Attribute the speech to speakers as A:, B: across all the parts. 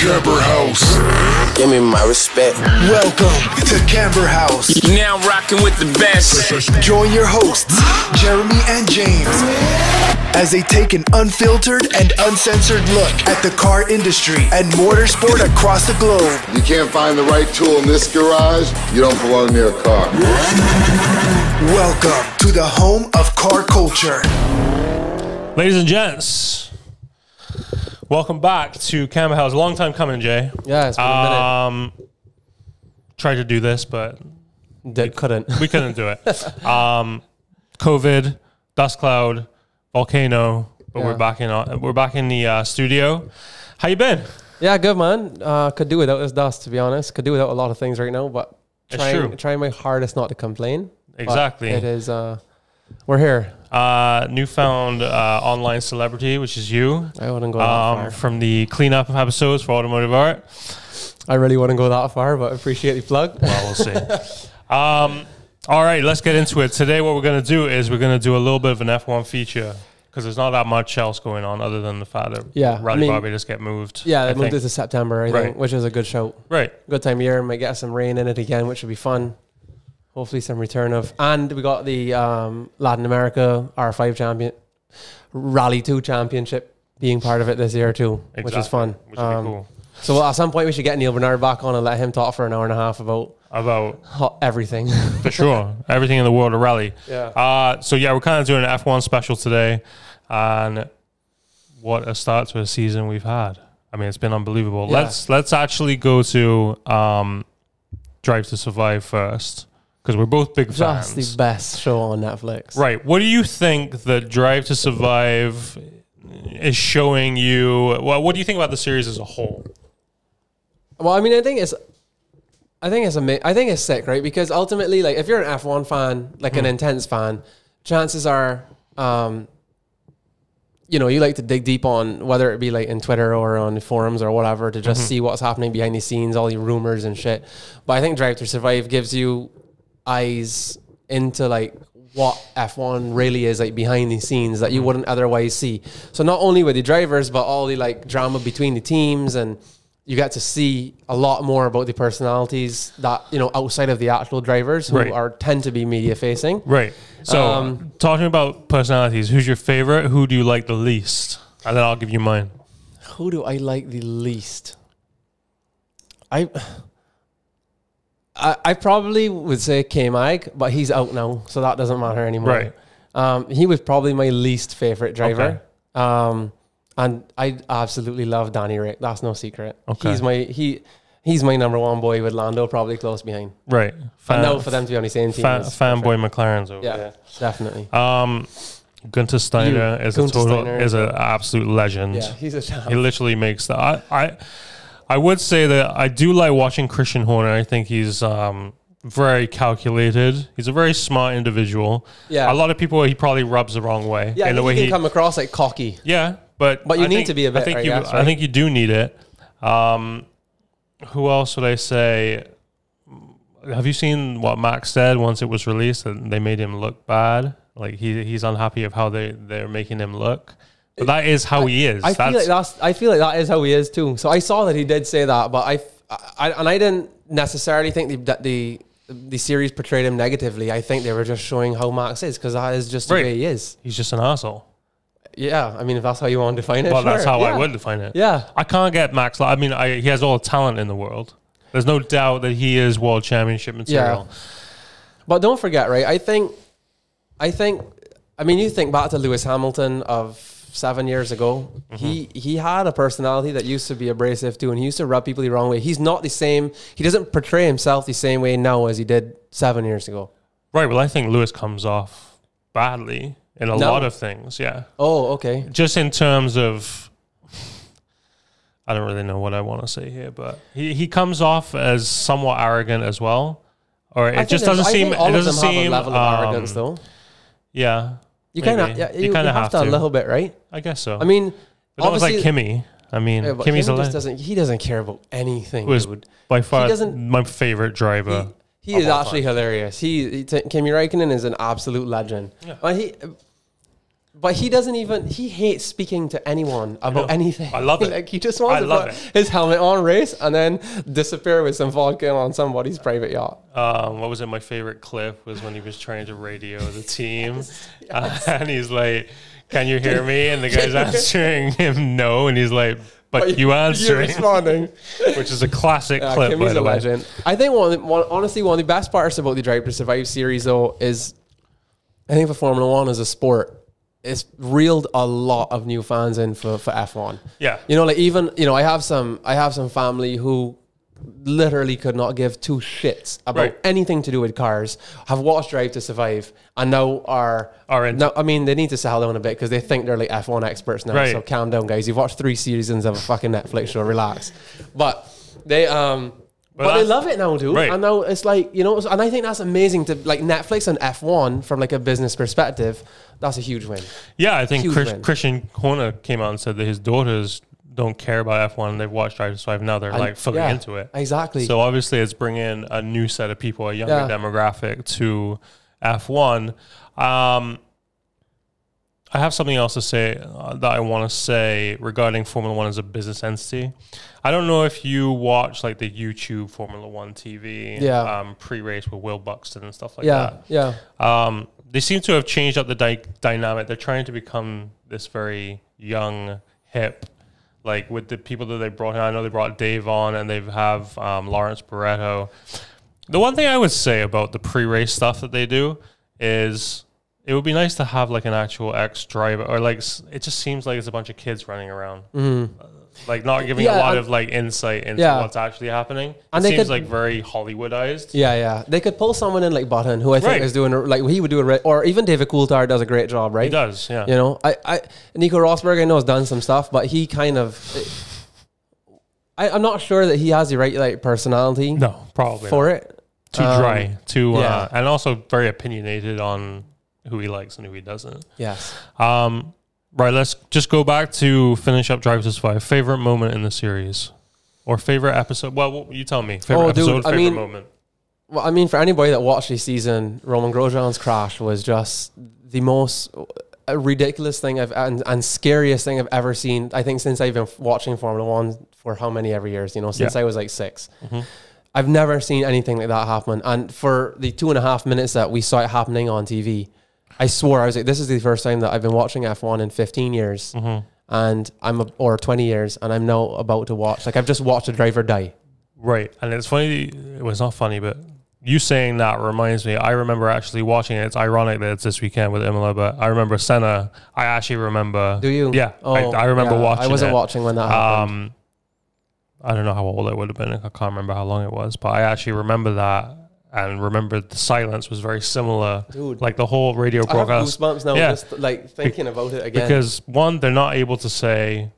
A: Camber House.
B: Give me my respect.
A: Welcome to Camber House.
C: Now rocking with the best.
A: Join your hosts, Jeremy and James, as they take an unfiltered and uncensored look at the car industry and motorsport across the globe.
D: You can't find the right tool in this garage, you don't belong near a car.
A: Welcome to the home of car culture.
E: Ladies and gents, welcome back to Camera House. Long time coming, Jay.
F: Yeah, it's been a
E: Um, tried to do this, but
F: minute. Did, couldn't.
E: we couldn't do it. Um, COVID, dust cloud, volcano, but we're
F: Yeah.
E: back in. uh, We're back in the uh, studio. How you been?
F: Yeah, good man. Uh, could do without this dust, to be honest. Could do without a lot of things right now, but
E: It's
F: trying,
E: true.
F: trying my hardest not to complain. But
E: Exactly.
F: It is. Uh, we're here.
E: Uh, newfound uh, online celebrity, which is you.
F: I wouldn't go that
E: Um,
F: far.
E: from the cleanup episodes for automotive art.
F: I really wouldn't go that far, but appreciate the plug.
E: Well, we'll see. um, all right, let's get into it. Today, what we're going to do is we're going to do a little bit of an F1 feature because there's not that much else going on other than the fact that
F: Yeah, I
E: Rally
F: mean-
E: Bobby just get moved.
F: yeah,
E: I
F: they moved
E: think.
F: it to September, I
E: Right.
F: think, which is a good show.
E: right.
F: Good time of year. Might get some rain in it again, which should be fun. Hopefully, some return of. And we got the um, Latin America R5 champion, Rally 2 championship being part of it this year, too, which is
E: Exactly,
F: fun.
E: Which would
F: Um,
E: be cool.
F: So at some point we should get Neil Bernard back on and let him talk for an hour and a half about
E: About
F: ho- everything.
E: for sure everything in the world of rally.
F: Yeah.
E: Uh, so yeah, we're kind of doing an F1 special today, and what a start to a season we've had. I mean, it's been unbelievable.
F: Yeah.
E: Let's let's actually go to um, Drive to Survive first because we're both big
F: Just
E: fans.
F: the best show on Netflix.
E: Right. What do you think that Drive to Survive is showing you? Well, what do you think about the series as a whole?
F: Well, I mean, I think it's, I think it's ama- I think it's sick, right? Because ultimately, like, if you're an F1 fan, like an intense fan, chances are, um, you know, you like to dig deep on whether it be like in Twitter or on forums or whatever to just see what's happening behind the scenes, all the rumors and shit. But I think Drive to Survive gives you eyes into like what F1 really is like behind the scenes that you wouldn't otherwise see. So not only with the drivers, but all the like drama between the teams and you get to see a lot more about the personalities that, you know, outside of the actual drivers who
E: Right.
F: are tend to be media facing.
E: Right. So,
F: Um,
E: talking about personalities, who's your favorite? Who do you like the least? And then I'll give you mine.
F: Who do I like the least? I I, I probably would say K Mike, but he's out now, so that doesn't matter anymore.
E: Right.
F: Um, he was probably my least favorite driver. Um, and I absolutely love Danny Rick. That's no secret.
E: Okay.
F: He's my he he's my number one boy with Lando probably close behind.
E: Right. Fan,
F: and now for them to be on the same team.
E: Fan,
F: is-
E: fanboy McLaren's over
F: yeah,
E: there.
F: definitely.
E: Um, Gunter Steiner is
F: Gunther
E: a total
F: Steiner
E: is
F: is
E: an absolute legend.
F: yeah, he's a champ.
E: He literally makes the. I, I I would say that I do like watching Christian Horner. I think he's um, very calculated. He's a very smart individual.
F: Yeah.
E: A lot of people he probably rubs the wrong way.
F: yeah,
E: in the
F: he
E: way
F: can
E: he
F: come across like cocky.
E: Yeah, but
F: But you
E: I
F: need
E: think-
F: to be a
E: I
F: bit,
E: think
F: I
E: you.
F: guess,
E: I
F: right?
E: think you do need it. Um, who else would I say? Have you seen what Max said once it was released and they made him look bad? Like he he's unhappy of how they they're making him look. But that is how he is.
F: I feel like that's I feel like that is how he is too. So I saw that he did say that, but I, I and I didn't necessarily think the, that the the series portrayed him negatively. I think they were just showing how Max is because that is just the
E: Right.
F: way he is.
E: he's just an asshole.
F: Yeah, I mean if that's how you want to define it.
E: Well, that's
F: sure.
E: how I
F: Yeah.
E: would define it.
F: Yeah.
E: I can't get Max. Like, I mean, I, he has all the talent in the world. There's no doubt that he is world championship material.
F: But don't forget, right? I think, I think, I mean, you think back to Lewis Hamilton of seven years ago.
E: Mm-hmm.
F: He he had a personality that used to be abrasive too, and he used to rub people the wrong way. He's not the same. He doesn't portray himself the same way now as he did seven years ago.
E: Right. Well, I think Lewis comes off badly in a
F: No.
E: lot of things. Yeah.
F: Oh, okay.
E: Just in terms of, I don't really know what I want to say here, but he, he comes off as somewhat arrogant as well. Or it
F: I think
E: just
F: there's-
E: doesn't
F: I
E: seem.
F: think all
E: it
F: of
E: doesn't
F: them have
E: seem.
F: a level of arrogance,
E: um,
F: though.
E: Yeah.
F: You kind of
E: maybe.
F: yeah,
E: You
F: you, you
E: kinda
F: have,
E: have
F: to,
E: to.
F: a little bit, right?
E: I guess so.
F: I mean,
E: but that was like
F: obviously,
E: Kimmy. I mean,
F: yeah, but
E: Kimmy's
F: Kimi
E: a
F: just
E: legend.
F: doesn't. He doesn't care about anything,
E: was
F: dude.
E: by far
F: doesn't-
E: my favorite driver.
F: He
E: of
F: is
E: all
F: actually hilarious. He, he t- Kimi Räikkönen is an absolute legend. But he But he doesn't even. He hates speaking to anyone about
E: know.
F: anything.
E: I love it.
F: like he just wants
E: I
F: to
E: love
F: put
E: it.
F: his helmet on, race, and then disappear with some vodka on somebody's private yacht.
E: um, what was it? My favorite clip was when he was trying to radio the team, uh, and he's like, "Can you hear me?" And the guy's answering him, "No," and he's like, "But, you
F: You're
E: answering,"
F: responding.
E: which is a classic
F: Yeah,
E: clip.
F: Kimmy's
E: by
F: a
E: the way.
F: legend. I think one, one, honestly, one of the best parts about the Drive to Survive series, though, is I think for Formula One as a sport, it's reeled a lot of new fans in for, for F one.
E: Yeah.
F: you know, like even you know, I have some, I have some family who literally could not give two shits about
E: Right.
F: anything to do with cars. Have watched Drive to Survive and now are
E: Are into-
F: now. I mean, they need to settle down a bit because they think they're like F one experts now.
E: Right.
F: So calm down, guys. You've watched three seasons of a fucking Netflix show. Relax. But they um. But, they
E: that's-
F: love it now, dude.
E: Right.
F: And now it's like you know, and I think that's amazing to like Netflix and F one from like a business perspective. That's a huge win.
E: Yeah, I think
F: Huge
E: Chris,
F: win.
E: Christian Horner came out and said that his daughters don't care about F1 and they've watched Drive to Survive now. They're like fully
F: yeah,
E: into it.
F: exactly.
E: So obviously, it's bringing a new set of people, a younger
F: Yeah.
E: demographic to F1. Um, I have something else to say uh, that I want to say regarding Formula One as a business entity. I don't know if you watch like the YouTube Formula One TV
F: Yeah.
E: um, pre race with Will Buxton and stuff like
F: Yeah,
E: that
F: yeah.
E: um, they seem to have changed up the dy- dynamic. They're trying to become this very young, hip, like with the people that they brought in. I know they brought Dave on, and they have um, Lawrence Barretto. The one thing I would say about the pre-race stuff that they do is it would be nice to have like an actual ex driver, or like s- it just seems like it's a bunch of kids running around. Uh, Like not giving
F: Mm-hmm. Yeah,
E: a lot
F: and-
E: of like insight into
F: Yeah.
E: what's actually happening. it
F: And they
E: seems
F: could-
E: like very Hollywoodized.
F: Yeah, yeah. They could pull someone in like Button, who I think
E: Right.
F: is doing like he would do a re- or even David Coulthard does a great job, right? He
E: does, yeah.
F: You know, I, I Nico Rosberg I know has done some stuff, but he kind of. I, I'm not sure that he has the right like personality.
E: No, probably not.
F: for it.
E: too
F: Um,
E: dry, too, uh,
F: yeah.
E: and also very opinionated on who he likes and who he doesn't.
F: Yes.
E: Um, right, let's just go back to finish up Drive to Survive. Favorite moment in the series, or favorite episode? Well, what- you tell me. Favorite
F: Oh, dude,
E: episode, favorite
F: I mean-
E: moment.
F: Well, I mean, for anybody that watched the season, Roman Grosjean's crash was just the most uh, ridiculous thing I've and, and scariest thing I've ever seen. I think since I've been watching Formula One for how many ever years, you know, since
E: Yeah.
F: I was like 6 i I've never seen anything like that happen. And for the two and a half minutes that we saw it happening on TV, I swore I was like, this is the first time that I've been watching F1 in 15 years. And I'm, a, or 20 years, and I'm now about to watch. Like, I've just watched a driver die.
E: Right, and it's funny. It was not funny, but you saying that reminds me. I remember actually watching it. It's ironic that it's this weekend with Imola, but I remember Senna. I actually remember.
F: Do you?
E: Yeah, I,
F: Oh,
E: I remember
F: yeah, I
E: watching.
F: wasn't
E: it.
F: watching when that happened.
E: Um, I don't know how old I would have been. I can't remember how long it was, but I actually remember that and remember the silence was very similar.
F: Dude.
E: like the whole radio
F: I have
E: broadcast.
F: goosebumps now
E: Yeah.
F: just like thinking about it again.
E: because one, they're not able to say,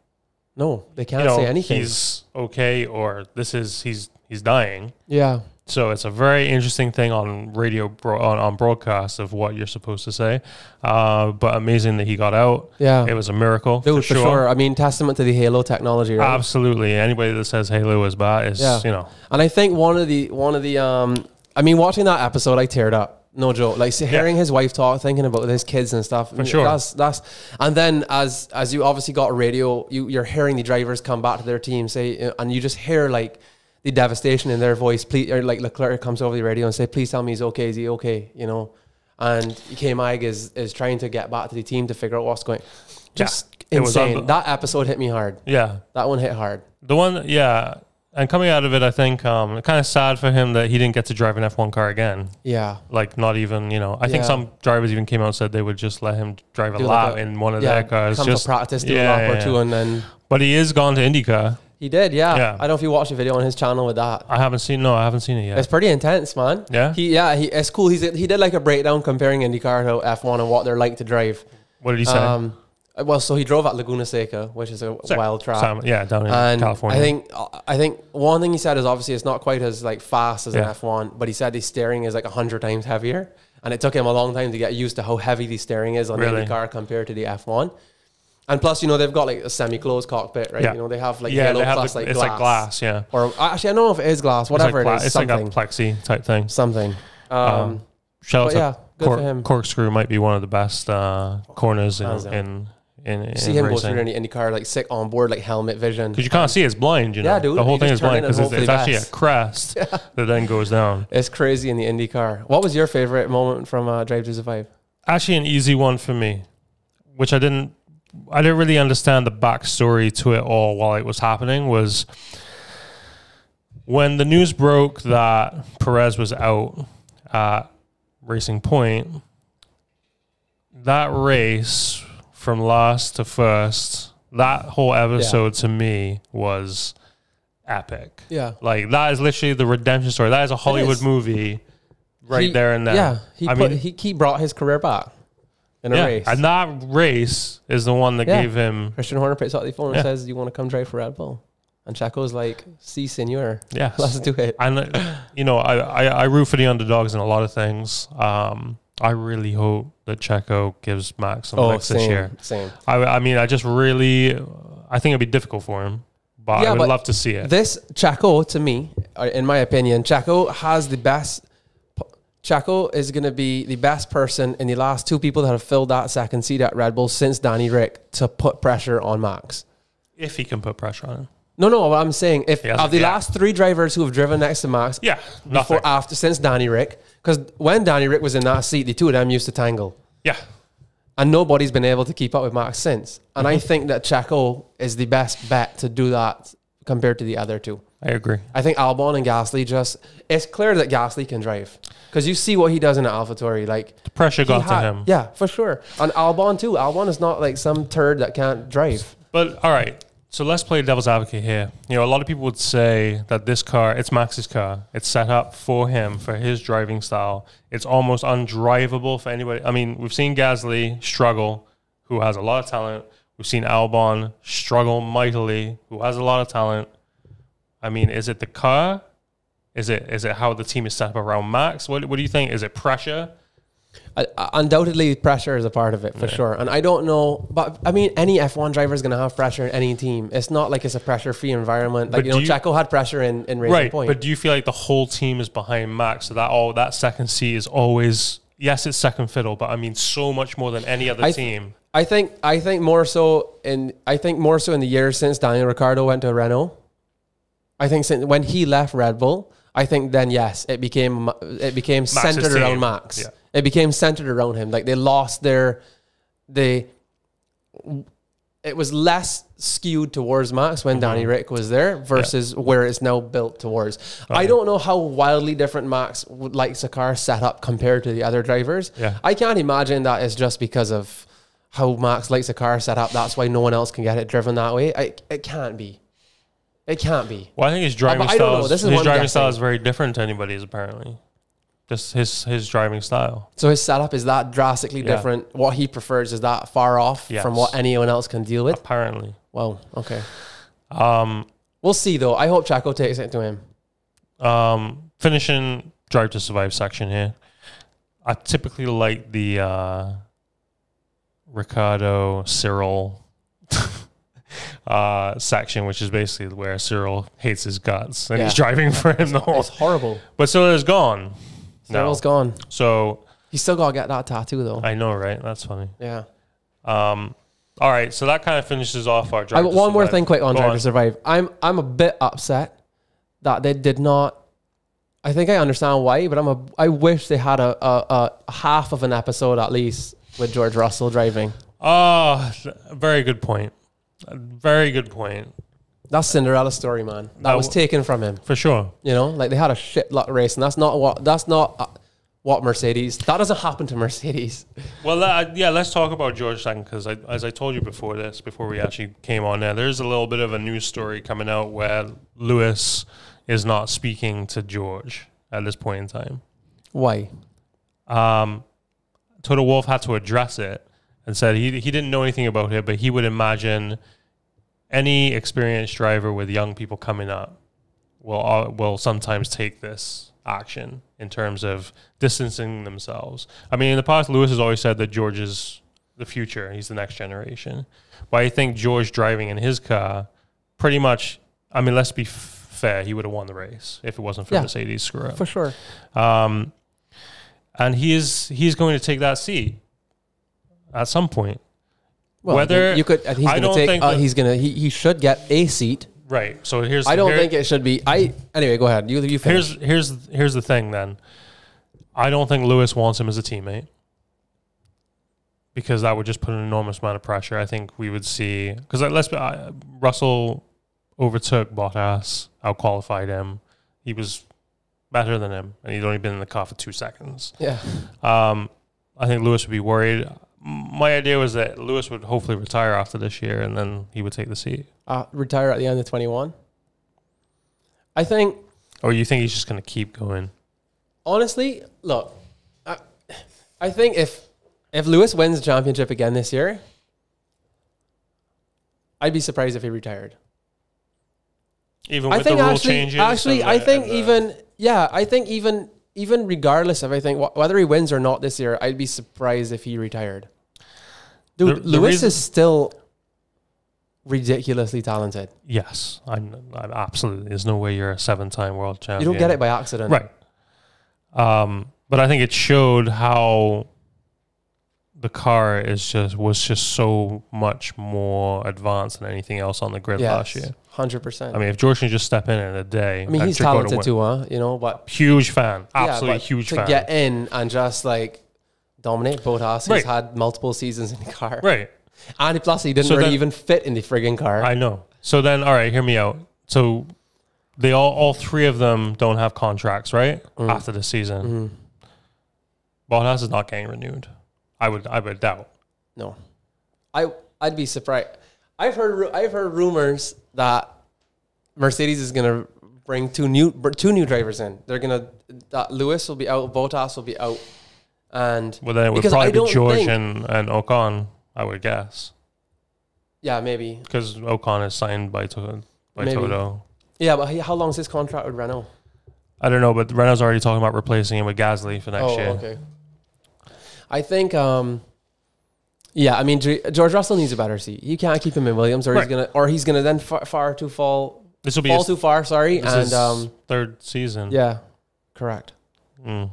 F: no, they can't
E: you know,
F: say anything.
E: he's okay or this is he's he's dying.
F: yeah,
E: So it's a very interesting thing on radio bro- on, on broadcast of what you're supposed to say. Uh, but amazing that he got out.
F: Yeah.
E: it was a miracle
F: dude, for sure. I mean, testament to the Halo technology, right?
E: Absolutely. Anybody that says Halo is bad is
F: Yeah.
E: you know
F: And I think one of the one of the um, I mean, watching that episode, I teared up. No joke. Like see, hearing his wife talk, thinking about his kids and stuff. For
E: sure.
F: That's that's. And then as as you obviously got radio, you you're hearing the drivers come back to their team say, uh, and you just hear like. The devastation in their voice. Please, or like Leclerc comes over the radio and say, "Please tell me he's okay. Is he okay?" You know, and K. Mag is is trying to get back to the team to figure out what's going. Just
E: It was
F: insane.
E: unbe-
F: that episode hit me hard.
E: yeah
F: That one hit hard.
E: The one, yeah. And coming out of it, I think um, kind of sad for him that he didn't get to drive an F1 car again.
F: Yeah.
E: Like, not even, you know, I think
F: Yeah.
E: some drivers even came out and said they would just let him drive a
F: Do like
E: lap
F: a-
E: in one of
F: yeah,
E: their cars.
F: Come
E: just
F: to practice, do
E: Yeah,
F: a lap
E: yeah,
F: or two,
E: yeah.
F: and then
E: But he is gone to IndyCar.
F: he did. Yeah.
E: Yeah.
F: I don't know if you watched a video on his channel with that.
E: I haven't seen, no, I haven't seen it yet.
F: It's pretty intense, man.
E: Yeah?
F: He yeah he it's cool. He's he did like a breakdown comparing IndyCar to F1 and what they're like to drive.
E: what did he say?
F: Um, well, so he drove at Laguna Seca, which is a
E: Sa-
F: wild track.
E: Sam- yeah, down in
F: and
E: California.
F: I think I think one thing he said is obviously it's not quite as like fast as
E: Yeah.
F: an F1, but he said the steering is like hundred times heavier, and it took him a long time to get used to how heavy the steering is on the
E: Really?
F: the car compared to the F1. And plus, you know, they've got like a semi-closed cockpit, right?
E: Yeah.
F: You know, they have like
E: Yeah,
F: yellow
E: they have
F: plus
E: the-
F: like
E: it's
F: glass.
E: like glass, yeah.
F: Or actually, I don't know if it is glass.
E: it's like,
F: Whatever
E: pla-
F: it is,
E: it's like a
F: something,
E: plexi type thing.
F: something. Um,
E: Shout out
F: but
E: to
F: yeah, Good for him.
E: Corkscrew might be one of the best uh, corners in
F: Hands down.
E: in in, in
F: See him go
E: racing.
F: through any IndyCar, like sick on board, like helmet vision.
E: Because you can't see it's blind, you know.
F: Yeah, dude,
E: The whole
F: you
E: thing
F: just
E: is
F: turn
E: blind
F: in and
E: because it's, it's actually
F: hopefully
E: a
F: pass.
E: crest that then goes down.
F: It's crazy in the IndyCar. What was your favorite moment from uh, Drive to Survive?
E: Actually, an easy one for me, which I didn't, I didn't really understand the backstory to it all while it was happening. Was when the news broke that Perez was out at Racing Point. That race from last to first, that whole episode to me was epic.
F: Yeah.
E: Like that is literally the redemption story. That is a Hollywood
F: is.
E: movie right
F: He-
E: there and there.
F: Yeah, he
E: I
F: put,
E: mean,
F: he, he brought his career back in a
E: yeah.
F: race.
E: And that race is the one that
F: Yeah.
E: gave him
F: Christian Horner picks up the phone and
E: Yeah.
F: says, "You want to come drive for Red Bull?" And Chaco's like, "Si, senor,
E: Yes.
F: let's do it."
E: and uh, you know, I, I, I root for the underdogs in a lot of things. Um I really hope that Checo gives Max some licks this year.
F: Oh, same, same.
E: I, I mean, I just really, I think it'd be difficult for him, but
F: Yeah,
E: I would
F: but
E: love to see it.
F: This Chaco, to me, uh, in my opinion, Chaco has the best. Chaco is going to be the best person in the last two people that have filled that second seat at Red Bull since Danny Rick to put pressure on Max.
E: if he can put pressure on him.
F: No, no, what I'm saying, if
E: Yeah,
F: of the
E: yeah.
F: last three drivers who have driven next to Max,
E: Yeah, nothing.
F: before after since Danny Rick, because when Danny Rick was in that seat, the two of them used to tangle.
E: yeah,
F: and nobody's been able to keep up with Max since. And
E: Mm-hmm.
F: I think that Checo is the best bet to do that compared to the other two.
E: I agree.
F: I think Albon and Gasly just it's clear that Gasly can drive because you see what he does in AlphaTauri. Like
E: The pressure got
F: he
E: to
F: ha-
E: him.
F: yeah, for sure. And Albon too. Albon is not like some turd that can't drive.
E: But all right, so let's play devil's advocate here. You know, a lot of people would say that this car, it's Max's car. It's set up for him, for his driving style. It's almost undrivable for anybody. I mean, we've seen Gasly struggle, who has a lot of talent. We've seen Albon struggle mightily, who has a lot of talent. I mean, is it the car? Is it is it how the team is set up around Max? What what do you think? Is it pressure?
F: I, I- undoubtedly, pressure is a part of it for sure. And I don't know, but I mean, any F1 driver is going to have pressure in any team. It's not like it's a pressure-free environment. Like
E: But
F: you know,
E: do you-
F: Checo had pressure in in Racing
E: right,
F: Point.
E: but do you feel like the whole team is behind Max? So that all that second seat is always yes, it's second fiddle, but I mean so much more than any other
F: I th-
E: team.
F: I think I think more so in I think more so in the years since Daniel Ricciardo went to Renault. I think since when he left Red Bull, I think then yes, it became it became centered
E: team.
F: around Max.
E: Yeah.
F: It became centered around him. Like they lost their they it was less skewed towards Max when
E: Mm-hmm.
F: Danny Rick was there versus where it's now built towards. I don't know how wildly different Max would likes a car set up compared to the other drivers.
E: Yeah.
F: I can't imagine that it's just because of how Max likes a car set up. That's why no one else can get it driven that way. I, it can't be. It can't be.
E: Well, I think his
F: Uh, but
E: driving
F: I don't know.
E: style is,
F: This
E: his
F: is what I'm
E: driving style
F: guessing.
E: is very different to anybody's apparently. Just his his driving style.
F: So his setup is that drastically
E: Yeah.
F: different. What he prefers is that far off
E: Yes.
F: from what anyone else can deal with.
E: Apparently.
F: Wow. Okay.
E: Um
F: We'll see though. I hope Chaco takes it to him.
E: um finishing drive to survive section here. I typically like the uh Ricardo Cyril uh section, which is basically where Cyril hates his guts and he's
F: Yeah.
E: driving for him the whole
F: It's horrible.
E: But Cyril is gone.
F: No. has gone.
E: So
F: He still gotta get that tattoo though.
E: I know, right? That's funny.
F: yeah.
E: Um all right, so that kind of finishes off our
F: I,
E: drive. to
F: one more
E: Survive.
F: thing, quick on
E: Go
F: Drive to Survive. I'm I'm a bit upset that they did not. I think I understand why, but I'm a. I wish they had a, a, a half of an episode at least with George Russell driving.
E: Ah, th- very good point. A Very good point
F: That's Cinderella story, man. That
E: Now-
F: was taken from him.
E: for sure.
F: You know, like they had a shit lot race, and that's not what. That's not uh, what Mercedes. That doesn't happen to Mercedes.
E: Well, uh, yeah, let's talk about George Sagan because as I told you before this, before we actually came on there, there's a little bit of a news story coming out where Lewis is not speaking to George at this point in time.
F: Why?
E: Um, Total Wolf had to address it and said he, he didn't know anything about it, but he would imagine any experienced driver with young people coming up will al- will sometimes take this action in terms of distancing themselves. I mean, in the past, Lewis has always said that George is the future; he's the next generation. But I think George driving in his car, pretty much. I mean, let's be f- fair; he would have won the race if it wasn't for
F: Yeah.
E: Mercedes screw up.
F: For sure.
E: Um, and he is he's going to take that seat at some point.
F: Well,
E: Whether-
F: you could, he's
E: I
F: gonna
E: don't
F: take,
E: think
F: uh,
E: that-
F: he's gonna, he, he should get a seat.
E: Right. So here's
F: I don't
E: here-
F: think it should be. I anyway, go ahead. You, you finish.
E: here's here's here's the thing then. I don't think Lewis wants him as a teammate because that would just put an enormous amount of pressure. I think we would see because let's be, I, Russell overtook Bottas, out qualified him. He was better than him, and he'd only been in the car for two seconds.
F: yeah.
E: Um, I think Lewis would be worried. My idea was that Lewis would hopefully retire after this year, and then he would take the seat.
F: Uh, retire at the end of twenty one. I think
E: Or you think he's just going to keep going?
F: honestly, look, I, I think if if Lewis wins the championship again this year, I'd be surprised if he retired.
E: Even
F: I
E: with
F: think
E: the rule
F: actually,
E: changes.
F: actually,
E: and
F: I
E: the-
F: think
E: and the-
F: even yeah, I think even even regardless of I think wh- whether he wins or not this year, I'd be surprised if he retired. Dude,
E: The- the
F: Lewis
E: reason-
F: is still ridiculously talented.
E: Yes, I'm, I'm absolutely. There's no way you're a seven-time world
F: You
E: champion.
F: don't get it by accident,
E: Oh, right. Um, but I think it showed how the car is just was just so much more advanced than anything else on the grid last
F: Yeah,
E: year.
F: hundred percent.
E: I mean, if George can just step in in a day,
F: I mean,
E: and
F: he's
E: Jacob would
F: talented
E: win.
F: too, huh? You know, but
E: Huge fan,
F: yeah,
E: absolutely
F: but
E: huge
F: to
E: fan.
F: get in and just like dominate Bottas.
E: Right.
F: He's had multiple seasons in the car,
E: right.
F: and plus he didn't
E: So
F: really
E: then-
F: even fit in the friggin' car.
E: I know. So then, all right, hear me out. So they all, all three of them don't have contracts, right?
F: Mm.
E: After the season,
F: Mm-hmm.
E: Bottas is not getting renewed. I would, I would doubt.
F: No, I I'd be surprised. I've heard ru- I've heard rumors that Mercedes is gonna bring two new br- two new drivers in. They're gonna that Lewis will be out, Bottas will be out, and
E: Well, then it would
F: because I
E: probably be
F: don't
E: George
F: think-
E: and and Ocon. I would guess
F: yeah maybe
E: because Ocon is signed by to, by
F: Maybe.
E: Toto.
F: yeah. But he- how long is his contract with Renault?
E: I don't know, but Renault's already talking about replacing him with Gasly for next
F: Oh,
E: year.
F: okay. I think um, yeah. I mean, G- George Russell needs a better seat. You can't keep him in Williams, or he's
E: Right.
F: gonna or he's gonna then far, far too fall
E: This will be
F: fall
E: his,
F: too far. Sorry,
E: this
F: and
E: is
F: um,
E: third season. Mm.
F: Yeah, correct.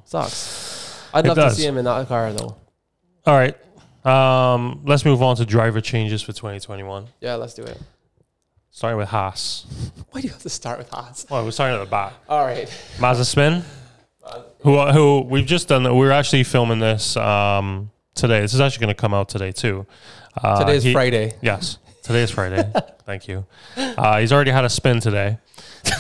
F: Sucks. I'd
E: It
F: love
E: does.
F: to see him in that car though.
E: All right. Um, let's move on to driver changes for 2021.
F: Yeah, let's do it.
E: Starting with Haas.
F: Why do you have to start with Haas?
E: Well, we're starting at the back.
F: All right.
E: Mazda Spin, who who we've just done. We're actually filming this um, today. This is actually going to come out today too. Uh,
F: Today is
E: he-
F: Friday.
E: Yes, today is Friday. Thank you. Uh, he's already had a spin today.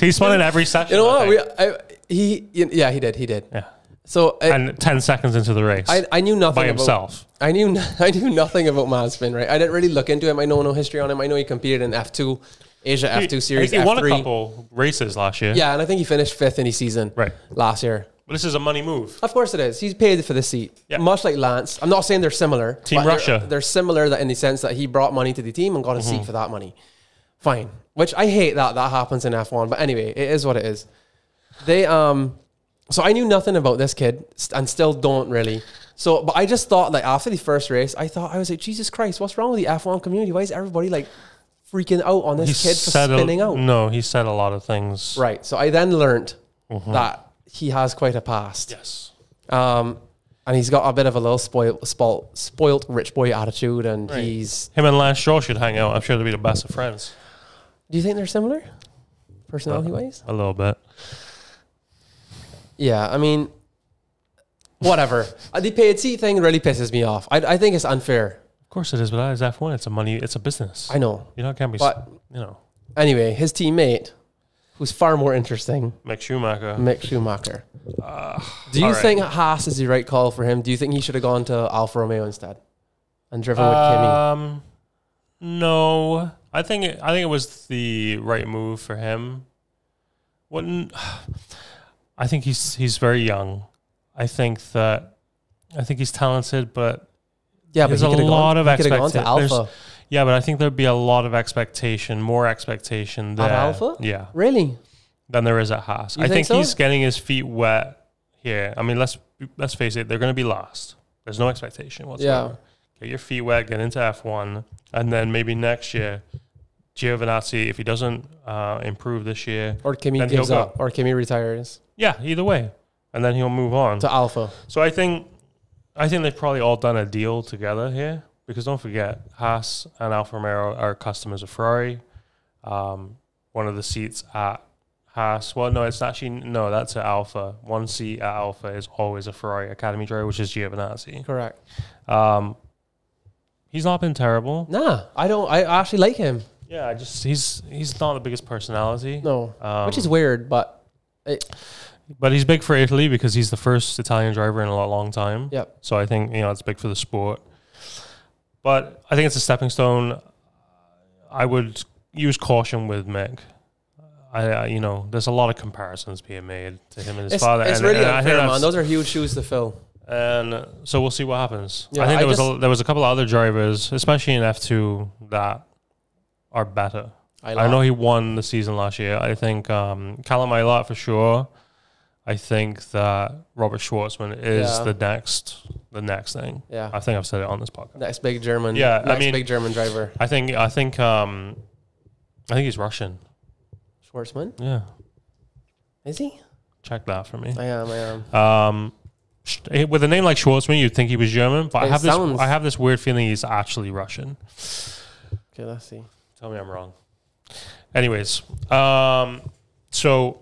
E: he spun in every session.
F: You know what? We,
E: think.
F: I, he, yeah, he did. He did.
E: yeah.
F: So I,
E: And ten seconds into the race,
F: I, I knew nothing
E: by
F: about,
E: himself.
F: I knew, n- I knew nothing about Mazpin, right? I didn't really look into him. I know no history on him. I know he competed in F two, Asia F
E: I
F: two series,
E: think he won
F: F
E: a
F: three.
E: couple races last year.
F: Yeah, and I think he finished fifth in his season
E: Right.
F: last year.
E: But this is a money move.
F: Of course it is. He's paid for the seat,
E: Yeah.
F: much like Lance. I'm not saying they're similar.
E: Team
F: but they're-
E: Russia. Mm-hmm.
F: They're, similar that in the sense that he brought money to the team and got a seat for that money. Fine. Which I hate that that happens in F1, but anyway, it is what it is. They um, so I knew nothing about this kid st- and still don't really. So, but I just thought like after the first rarace, I thought I was like, Jesus Christ, what's wrong with the F1 community? Why is everybody like freaking out on this kid for
E: said a-
F: spinning out?
E: No, he said a lot of things.
F: Right. So I then learned
E: Mm-hmm.
F: that he has quite a past.
E: Yes.
F: Um, and he's got a bit of a little spoilt, spoilt, spoilt rich boy attitude, and
E: Right.
F: he's.
E: Him and Lance Shaw should hang out. I'm sure they'll be the best of friends.
F: Do you think they're similar, personality wise?
E: A little bit.
F: Uh, Yeah, I mean, whatever. Uh, the paid seat thing really pisses me off. I, I think it's unfair.
E: Of course it is, but that is F1. It's a money. It's a business.
F: I know.
E: You know, it can be.
F: But-
E: you know,
F: Anyway, his teammate, who's far more interesting,
E: Mick Schumacher.
F: Mick Schumacher. Do you
E: all right.
F: think Haas is the right call for him? Do you think he should have gone to Alfa Romeo instead and driven with Kimi?
E: Um, no, I think it, I think it was the right move for him. What? n- I think he's he's very young. I think that I think he's talented, but
F: Yeah,
E: there's
F: he
E: a
F: could've
E: lot
F: gone,
E: of
F: he could've gone to
E: expectation.
F: Alfa.
E: Yeah, but I think there'd be a lot of expectation, more expectation there.
F: At Alpha?
E: Yeah.
F: Really?
E: than there is at Haas. I
F: think
E: think,
F: so?
E: he's getting his feet wet here. I mean, let's let's face it, they're going to be last. There's no expectation whatsoever. Get your feet wet, get into F1, and then maybe next year, Giovinazzi, if he doesn't uh, improve this year,
F: Or Kimi
E: then he'll
F: gives
E: go.
F: up, or Kimi retires.
E: Yeah, either way. and then he'll move on.
F: to Alpha.
E: So I think I think they've probably all done a deal together here because don't forget Haas and Alfa Romeo are customers of Ferrari. Um, one of the seats at Haas, well, no, it's actually no, that's at Alpha. One seat at Alpha is always a Ferrari Academy driver, which is Giovinazzi.
F: Correct.
E: Um, he's not been terrible.
F: Nah, I don't. I actually like him.
E: Yeah, I just he's he's not the biggest personality.
F: No,
E: Um,
F: which is weird, but it,
E: But he's big for Italy because he's the first Italian driver in a lo- long time.
F: Yep.
E: So I think you know it's big for the sport. But I think it's a stepping stone. I would use caution with Mick. I, I you know there's a lot of comparisons being made to him and his
F: it's,
E: father.
F: it's
E: and,
F: really
E: and I think
F: unfair, man.
E: that's-
F: Those are huge shoes to fill.
E: and so we'll see what happens.
F: Yeah,
E: I think
F: I
E: there was a,
F: just-
E: there was a couple of other drivers, especially in F two, that are better.
F: I
E: I,
F: like-
E: know he won the season last year. I think um, Callum Ilott for sure. I think that Robert Schwartzman is
F: Yeah.
E: the next the next thing.
F: Yeah.
E: I think I've said it on this podcast.
F: Next big German.
E: Yeah, I
F: next
E: mean-
F: big German driver,
E: I think I think um, I think he's Russian.
F: Schwartzman.
E: Yeah,
F: Is he?
E: check that for me.
F: I am. I am.
E: Um, sh- eh, with a name like Schwartzman, you'd think he was German, but I
F: It
E: have
F: sounds-
E: this I have this weird feeling he's actually Russian.
F: okay, let's see.
E: Tell me I'm wrong. Anyways, um, so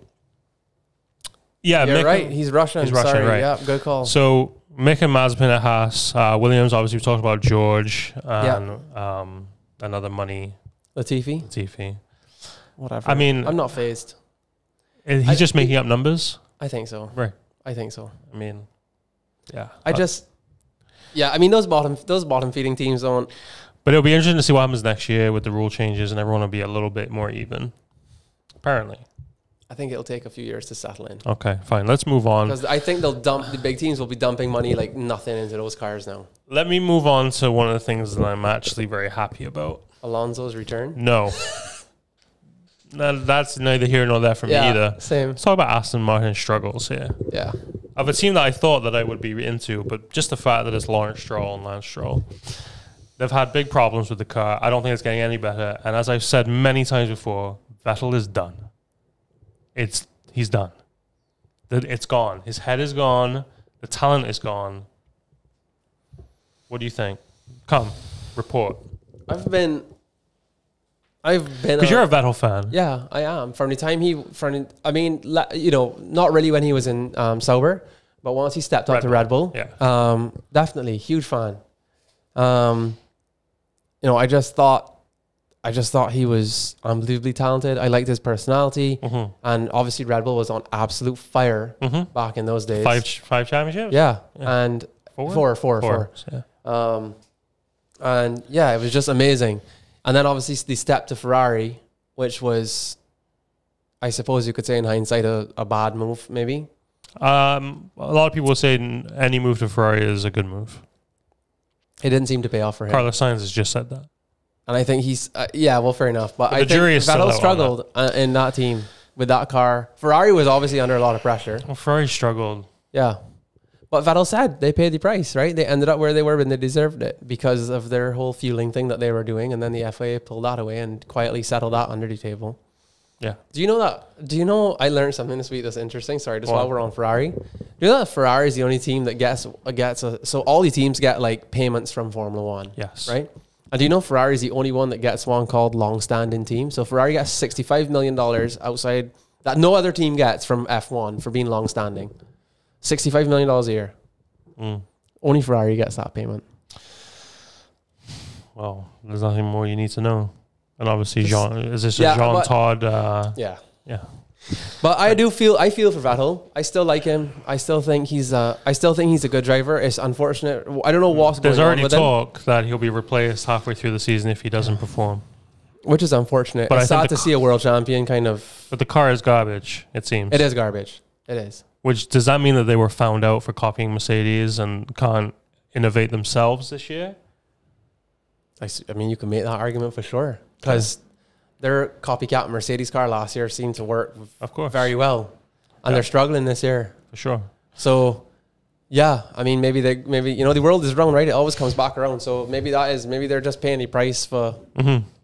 E: yeah,
F: You're
E: Mick-
F: right. He's Russian.
E: Uh, he's Russian,
F: Sorry.
E: right.
F: Yeah. Good call.
E: so Mick and Mazepin at Haas, uh, Williams. Obviously, we talked about George and um, another money
F: Latifi.
E: Latifi.
F: Whatever.
E: I mean-
F: I'm not phased.
E: Eh, He's
F: I-
E: just making up numbers,
F: I think so.
E: right? Uh,
F: I think so.
E: I mean, yeah.
F: I just. Yeah, I mean those bottom those bottom feeding teams don't.
E: but it'll be interesting to see what happens next year with the rule changes, and everyone will be a little bit more even. Apparently,
F: I think it'll take a few years to settle in
E: okay, fine. Let's move on.
F: because I think they'll dump the big teams will be dumping money like nothing into those cars now.
E: Let me move on to one of the things that I'm actually very happy about.
F: Alonso's return.
E: No. No, that's neither here nor there for me
F: Yeah,
E: either.
F: same.
E: Let's talk about Aston Martin's struggles here.
F: Yeah,
E: Of a team that I thought that I would be into, but just the fact that it's Lawrence Stroll and Lance Stroll. They've had big problems with the car. I don't think it's getting any better. And as I've said many times before, Vettel is done. It's he's done. That- It's gone. His head is gone. The talent is gone. What do you think? Come, report.
F: I've been. I've been.
E: Because
F: a-
E: you're a Vettel fan.
F: Yeah, I am. From the time he, from I mean, la- you know, not really when he was in um, sober, but once he stepped up
E: Red
F: to
E: Bull,
F: Red Bull,
E: yeah.
F: um, definitely huge fan. Um, you know, I just thought, I just thought he was unbelievably talented. I liked his personality,
E: Mm. Mm-hmm.
F: and obviously Red Bull was on absolute fire back in those days.
E: Five five championships?
F: yeah, and four, four, four. Um,
E: Yeah.
F: and yeah, it was just amazing. And then obviously they stepped to Ferrari, which was, I suppose you could say in hindsight, a, a bad move maybe.
E: Um, a lot of people will say n- any move to Ferrari is a good move.
F: It didn't seem to pay off for him,
E: Carlos Sainz has just said that.
F: and I think he's uh, yeah, well, fair enough. But I
E: the
F: think
E: jury is still out
F: Vettel
E: on
F: struggled uh, in that team with that car. Ferrari was obviously under a lot of pressure.
E: Well, Ferrari struggled.
F: Yeah. But Vettel said they paid the price, right? They ended up where they were when they deserved it because of their whole fueling thing that they were doing. And then the FIA pulled that away and quietly settled that under the table.
E: Yeah.
F: Do you know that? Do you know I learned something this week that's interesting? Sorry, just
E: What?
F: while we're on Ferrari. Do you know that Ferrari is the only team that gets gets a, so all the teams get like payments from Formula One.
E: Yes.
F: Right. And do you know Ferrari is the only one that gets one called long-standing team? So Ferrari gets sixty-five million dollars outside that no other team gets from F one for being long-standing. Sixty-five million dollars a year.
E: Mm.
F: Only Ferrari gets that payment.
E: Well, there's nothing more you need to know. And obviously, Jean is this
F: Yeah,
E: a Jean
F: but-
E: Todd? Uh,
F: Yeah.
E: yeah.
F: But I do feel I feel for Vettel. I still like him. I still think he's uh I still think he's a good driver. It's unfortunate. I don't know what's
E: There's
F: going on
E: already
F: with
E: talk that he'll be replaced halfway through the season if he doesn't perform.
F: him, which is unfortunate.
E: But
F: it's
E: I think
F: sad
E: the
F: to see a world champion kind of.
E: But the car is garbage. It seems.
F: It is garbage. It is.
E: Which does that mean that they were found out for copying Mercedes and can't innovate themselves this year?
F: I, s- I mean, you can make that argument for sure because their copycat Mercedes car last year seemed to work
E: Of course.
F: very well, and they're struggling this year.
E: For sure.
F: So, yeah, I mean, maybe they, maybe you know, the world is round, right? It always comes back around. So maybe that is, maybe they're just paying the price for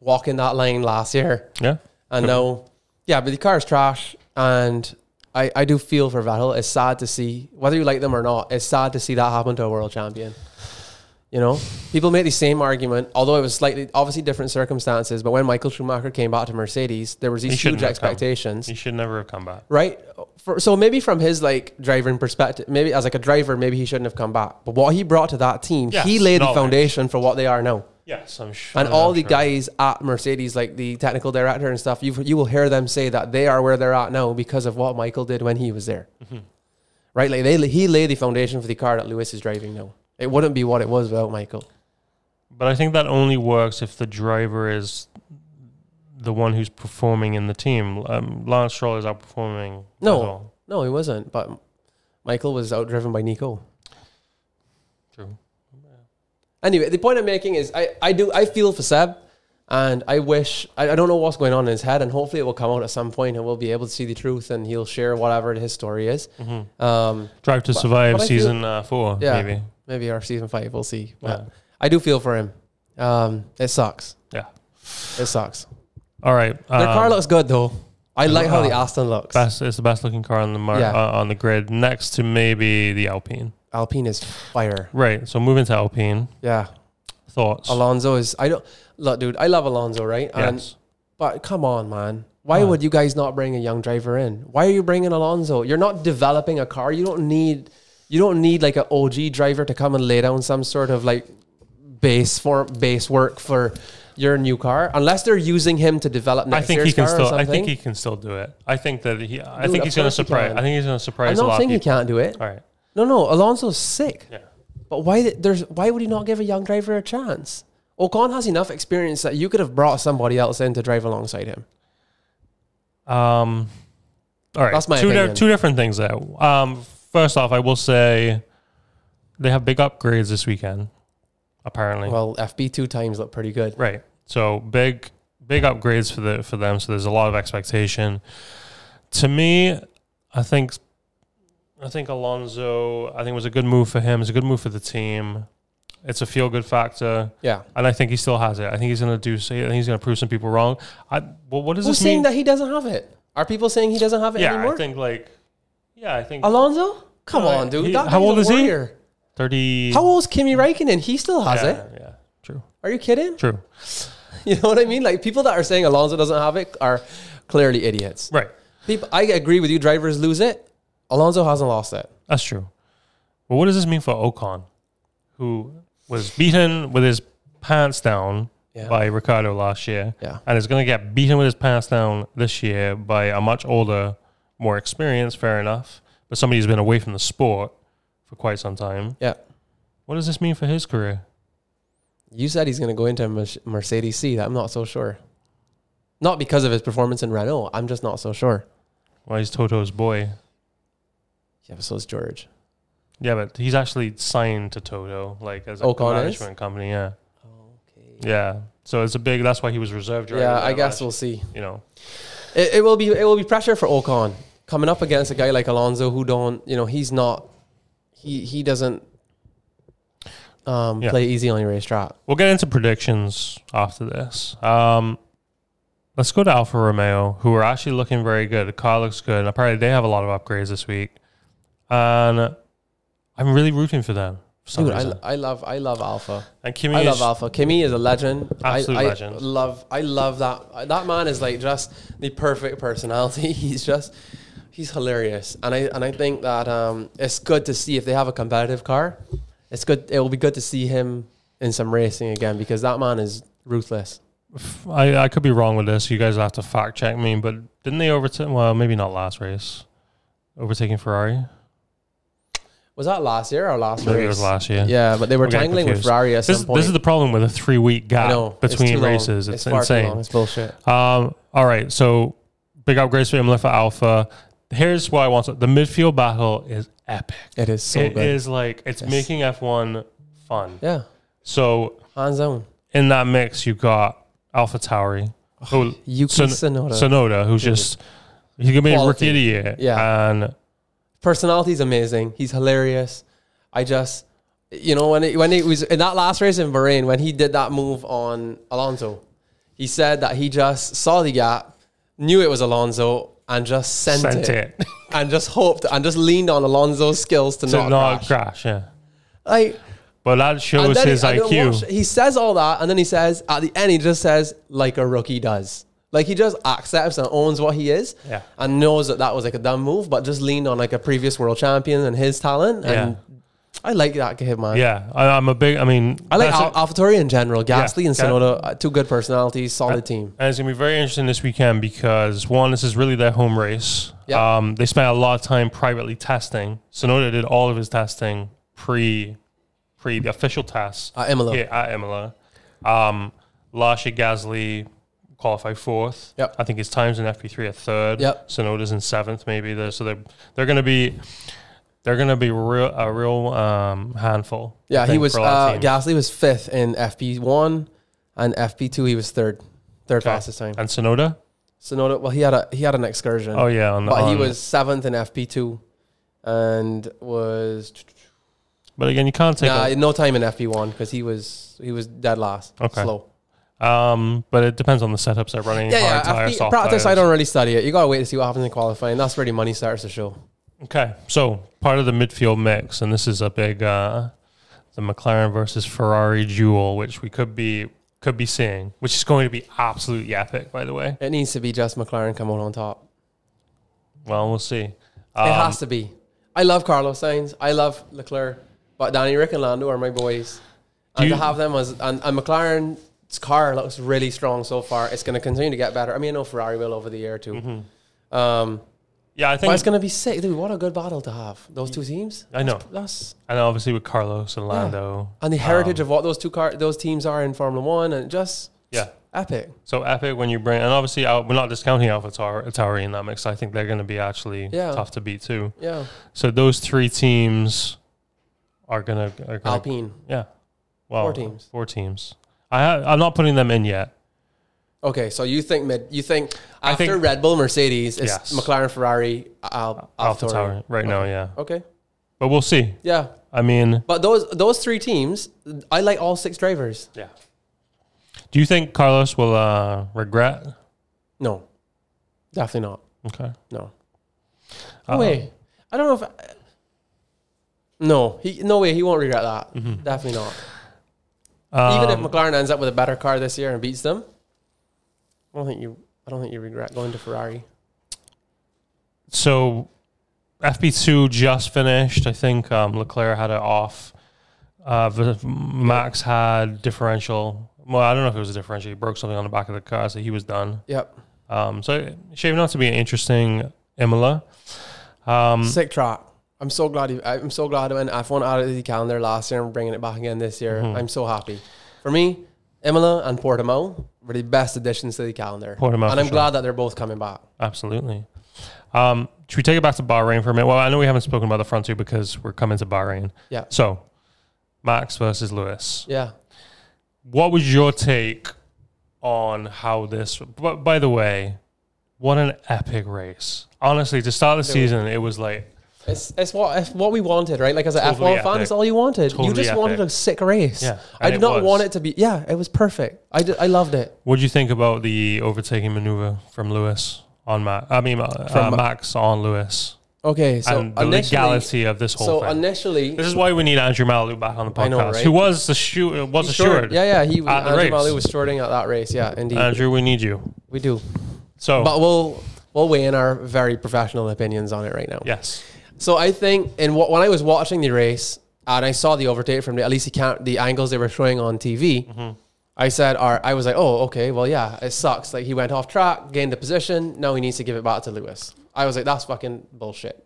F: walking that line last year,
E: Yeah.
F: and now, yeah, but the car's trash, and I, I do feel for Vettel. It's sad to see whether you like them or not. It's sad to see that happen to a world champion. You know, people make the same argument, although it was slightly obviously different circumstances. But when Michael Schumacher came back to Mercedes, there was
E: He
F: these
E: shouldn't
F: huge
E: have come.
F: expectations
E: He should never have come back.
F: right? For, so maybe from his like driving perspective, maybe as like a driver, maybe he shouldn't have come back. But what he brought to that team,
E: Yes,
F: he laid the
E: knowledge.
F: foundation for what they are now.
E: Yes, I'm sure.
F: And all
E: I'm
F: the
E: sure.
F: guys at Mercedes, like the technical director and stuff, you you will hear them say that they are where they're at now because of what Michael did when he was there, right? Like they he laid the foundation for the car that Lewis is driving now. It wouldn't be what it was without Michael.
E: But I think that only works if the driver is the one who's performing in the team. Um, Lance Stroll is outperforming.
F: No,
E: Vettel.
F: no, he wasn't. But Michael was outdriven by Nico.
E: True.
F: Anyway, the point I'm making is I, I do I feel for Seb and I wish I, I don't know what's going on in his head and hopefully it will come out at some point and we'll be able to see the truth and he'll share whatever his story is. Um,
E: Drive to Survive
F: but I feel-
E: season uh, four,
F: yeah,
E: maybe.
F: maybe maybe our season five we'll see. But
E: Yeah.
F: I do feel for him. Um, it sucks.
E: Yeah.
F: It sucks.
E: All right.
F: Their
E: um,
F: car looks good though. I like how the
E: uh,
F: Aston looks.
E: best. It's the best looking car on the mar-
F: Yeah.
E: uh, on the grid, next to maybe the Alpine.
F: Alpine is fire.
E: Right. So moving to Alpine
F: Yeah,
E: thoughts.
F: Alonso is. I don't look, dude. I love Alonso, right? And
E: Yes.
F: But come on, man. Why would you guys not bring a young driver in? Why are you bringing Alonso? You're not developing a car. You don't need you don't need like an OG driver to come and lay down some sort of like base for base work for your new car, unless they're using him to develop
E: I
F: next
E: think
F: year's
E: he can
F: car
E: still.
F: or
E: I
F: something.
E: think he can still do it. I think that he. I
F: Dude,
E: think
F: of
E: he's going to
F: course he
E: surprise.
F: can.
E: I think he's going to
F: I'm
E: surprise a
F: not
E: lot of
F: saying he
E: people.
F: can't do it.
E: All right.
F: No, no, Alonso's sick.
E: Yeah.
F: But why th- there's why would he not give a young driver a chance? Ocon has enough experience that you could have brought somebody else in to drive alongside him.
E: Um, all right.
F: That's my
E: two,
F: opinion.
E: two different things there. Um, first off, I will say they have big upgrades this weekend, apparently.
F: Well, FB two times look pretty good.
E: right. So big, big upgrades for the for them. So there's a lot of expectation. To me, I think, I think Alonso. I think it was a good move for him. It's a good move for the team. It's a feel good factor.
F: Yeah.
E: And I think he still has it. I think he's going to do. I think he's going to prove some people wrong. I. Well, what does
F: Who's
E: this
F: saying
E: mean?
F: that he doesn't have it? Are people saying he doesn't have it
E: yeah,
F: anymore?
E: I think like. Yeah, I think
F: Alonso? Come
E: No,
F: on, dude.
E: he-
F: That
E: how
F: guy's
E: old
F: a
E: is he?
F: warrior.
E: thirty.
F: How old's Kimi Raikkonen? He still has
E: yeah,
F: it.
E: Yeah, true,
F: Are you kidding?
E: true.
F: You know what I mean? Like people that are saying Alonso doesn't have it are clearly idiots.
E: Right,
F: People, I agree with you. Drivers lose it. Alonso hasn't lost it.
E: that's true. But what does this mean for Ocon, who was beaten with his pants down
F: Yeah.
E: by Ricardo last year,
F: Yeah.
E: and is going to get beaten with his pants down this year by a much older, more experienced, fair enough, but somebody who's been away from the sport for quite some time.
F: Yeah.
E: What does this mean for his career?
F: You said he's going to go into Mer- Mercedes C. I'm not so sure. Not because of his performance in Renault. I'm just not so sure.
E: Well, he's Toto's boy.
F: Yeah, but so is George.
E: Yeah, but he's actually signed to Toto, like as a
F: Ocon Oh, is?
E: management company. Yeah. Yeah. So it's a big. That's why he was reserved. Driver
F: Yeah,
E: there
F: I guess
E: last-
F: we'll see.
E: You know.
F: It, it will be it will be pressure for Ocon coming up against a guy like Alonso who don't you know he's not he he doesn't um,
E: Yeah.
F: play easy on your racetrack.
E: We'll get into predictions after this. Um, let's go to Alfa Romeo, who are actually looking very good. The car looks good. And apparently, they have a lot of upgrades this week, and I'm really rooting for them. For some
F: Dude, I,
E: reason.
F: I love I love Alpha.
E: and Kimi
F: I
E: is,
F: love Alpha. Kimi is a legend. I-
E: Absolute
F: I,
E: legend.
F: Love I love that that man is like just the perfect personality. He's just he's hilarious, and I and I think that um, it's good to see if they have a competitive car. It's good. It will be good to see him in some racing again because that man is ruthless.
E: I, I could be wrong with this. You guys will have to fact check me. But didn't they overtake? Well, maybe not last race. Overtaking Ferrari.
F: Was that last year or last
E: Maybe
F: race?
E: it was last year.
F: Yeah, but they were
E: We're getting
F: tangling with
E: confused.
F: Ferrari at
E: this,
F: some point.
E: This is the problem with a three week
F: I
E: gap
F: know, it's too
E: between
F: long.
E: races. It's,
F: far too
E: insane.
F: long. It's bullshit.
E: Um, all right. So big upgrades for Imla for Alpha. Here's what I want to the midfield battle is epic.
F: It is so
E: It
F: good.
E: is like it's making F1 fun.
F: Yeah,
E: So
F: hands on.
E: in that mix, you got Alpha Tauri, who
F: Yuki
E: Tsun-
F: Tsunoda.
E: Tsunoda, who's just he's gonna be a rookie of the
F: Quality.
E: year.
F: Yeah.
E: and
F: Personality's amazing. He's hilarious. I just, you know, when it, when it was in that last race in Bahrain, when he did that move on Alonso, he said that he just saw the gap, knew it was Alonso, and just sent,
E: sent
F: it.
E: it.
F: and just hoped and just leaned on Alonso's skills to
E: to
F: not,
E: not
F: crash.
E: crash. Yeah,
F: Like,
E: but that
F: and
E: shows
F: then
E: his
F: he, I don't
E: IQ.
F: watch- he says all that, and then he says at the end, he just says like a rookie does. Like he just accepts and owns what he is,
E: Yeah.
F: and knows that that was like a dumb move, but just leaned on like a previous world champion and his talent. And I like that kid, man.
E: Yeah, I, I'm a big. I mean,
F: I like
E: that's
F: Al-
E: it.
F: AlphaTauri in general, Gasly and
E: Ga-
F: Sonoda, uh, two good personalities, solid team.
E: And it's gonna be very interesting this weekend because one, this is really their home race.
F: Yeah.
E: Um, they spent a lot of time privately testing. Sonoda did all of his testing pre, pre the official tests
F: At Imola.
E: Yeah, at Imola. Um, Lasha Gasly qualified fourth.
F: Yep.
E: I think his times in FP3 are third.
F: Yep.
E: Sonoda's in seventh, maybe. They're, so they're they're gonna be they're gonna be real, a real um, handful. I
F: Yeah, he
E: think,
F: was.
E: for a lot
F: Uh,
E: of teams.
F: Gasly was fifth in FP one, and FP two he was third, third fastest time.
E: And Sonoda.
F: Sonoda, well, he had a he had an excursion.
E: Oh yeah, on,
F: but he
E: on-
F: was seventh in FP two, and was
E: But again, you can't take.
F: nah,
E: all-
F: no time in FP one because he was he was dead last.
E: Okay.
F: slow.
E: Um, but it depends on the setups they're running.
F: Yeah,
E: hard
F: yeah.
E: tire,
F: FP,
E: soft
F: practice, I
E: tires.
F: don't really study it. You gotta wait to see what happens in qualifying. That's really money starts to show.
E: Okay, so part of the midfield mix, and this is a big uh, the McLaren versus Ferrari duel, which we could be could be seeing, which is going to be absolutely epic. By the way,
F: It needs to be just McLaren come out on top.
E: well, we'll see.
F: it
E: Um,
F: has to be. I love Carlos Sainz. I love Leclerc, but Danny Rick and Lando are my boys. And
E: you-
F: to have them as and, and McLaren's car looks really strong so far. It's going to continue to get better. I mean, I know Ferrari will over the year too.
E: Mm-hmm.
F: Um,
E: Yeah, I
F: but
E: think
F: it's going to be sick, dude. What a good battle to have those two teams.
E: I know.
F: That's
E: And obviously with Carlos and Lando.
F: and the heritage of what those two car those teams are in Formula One and just
E: Yeah.
F: epic.
E: Um, So epic when you bring, and obviously Al- we're not discounting AlphaTauri in that mix. I think they're going to be actually
F: Yeah.
E: tough to beat too.
F: Yeah,
E: So those three teams are going to are gonna
F: Alpine.
E: Yeah. Well,
F: Four teams.
E: Four teams. I ha- I'm not putting them in yet.
F: Okay, so you think mid, you think after
E: think-
F: Red Bull, Mercedes, it's
E: Yes.
F: McLaren, Ferrari, Al,
E: Alpha
F: AlphaTauri.
E: Tower right now, yeah.
F: Okay,
E: But we'll see.
F: yeah.
E: I mean,
F: But those those three teams, I like all six drivers.
E: yeah. Do you think Carlos will uh, regret?
F: No, definitely not.
E: Okay.
F: No. No way. I don't know if. No, he no way he won't regret that.
E: Mm-hmm.
F: Definitely not. Even
E: Um,
F: if McLaren ends up with a better car this year and beats them, I don't think you. I don't think you regret going to Ferrari.
E: So FP2 just finished. I think um, Leclerc had it off. Uh, v- Max had differential. Well, I don't know if it was a differential. He broke something on the back of the car, so he was done.
F: Yep,
E: Um, so shaving out to be an interesting Imola. Um,
F: sick track. I'm so glad. You, I'm so glad when F1 added to the calendar last year and bringing it back again this year.
E: Mm-hmm.
F: I'm so happy. For me, Imola and Portimao were the best additions to the calendar.
E: Portimao
F: and
E: for
F: I'm
E: sure.
F: glad that they're both coming back.
E: Absolutely. Um, should we take it back to Bahrain for a minute? Well, I know we haven't spoken about the front two because we're coming to Bahrain.
F: Yeah.
E: So, Max versus Lewis.
F: Yeah.
E: What was your take on how this? But by the way, what an epic race! Honestly, to start the season, it was like
F: It's, it's what it's what we wanted, right? Like as an
E: Totally
F: F1 fan,
E: epic.
F: it's all you wanted. you
E: Totally
F: just wanted
E: epic.
F: a sick race.
E: Yeah,
F: I
E: and
F: did
E: it
F: not
E: was.
F: want it to be. Yeah, it was perfect. I, did, I loved it.
E: What do you think about the overtaking maneuver from Lewis on Max? I mean, uh,
F: From Ma-
E: Max on Lewis,
F: Okay, so
E: and the
F: initially-
E: legality of this whole
F: So
E: thing.
F: initially,
E: this is why we need Andrew Malou back on the podcast,
F: I know, right?
E: who was the shoe was
F: he
E: assured.
F: shorted- Yeah, yeah. He
E: at the
F: Andrew
E: race.
F: Malou was shorting at that race. Yeah, indeed,
E: Andrew, we need you.
F: we do.
E: So,
F: But we'll we'll weigh in our very professional opinions on it right now.
E: yes,
F: So I think, and what, when I was watching the race and I saw the overtake from the at least the, count, the angles they were showing on TV, I said, "All right." I was like, "Oh, okay. Well, yeah, it sucks. Like he went off track, gained the position. Now he needs to give it back to Lewis." I was like, "That's fucking bullshit."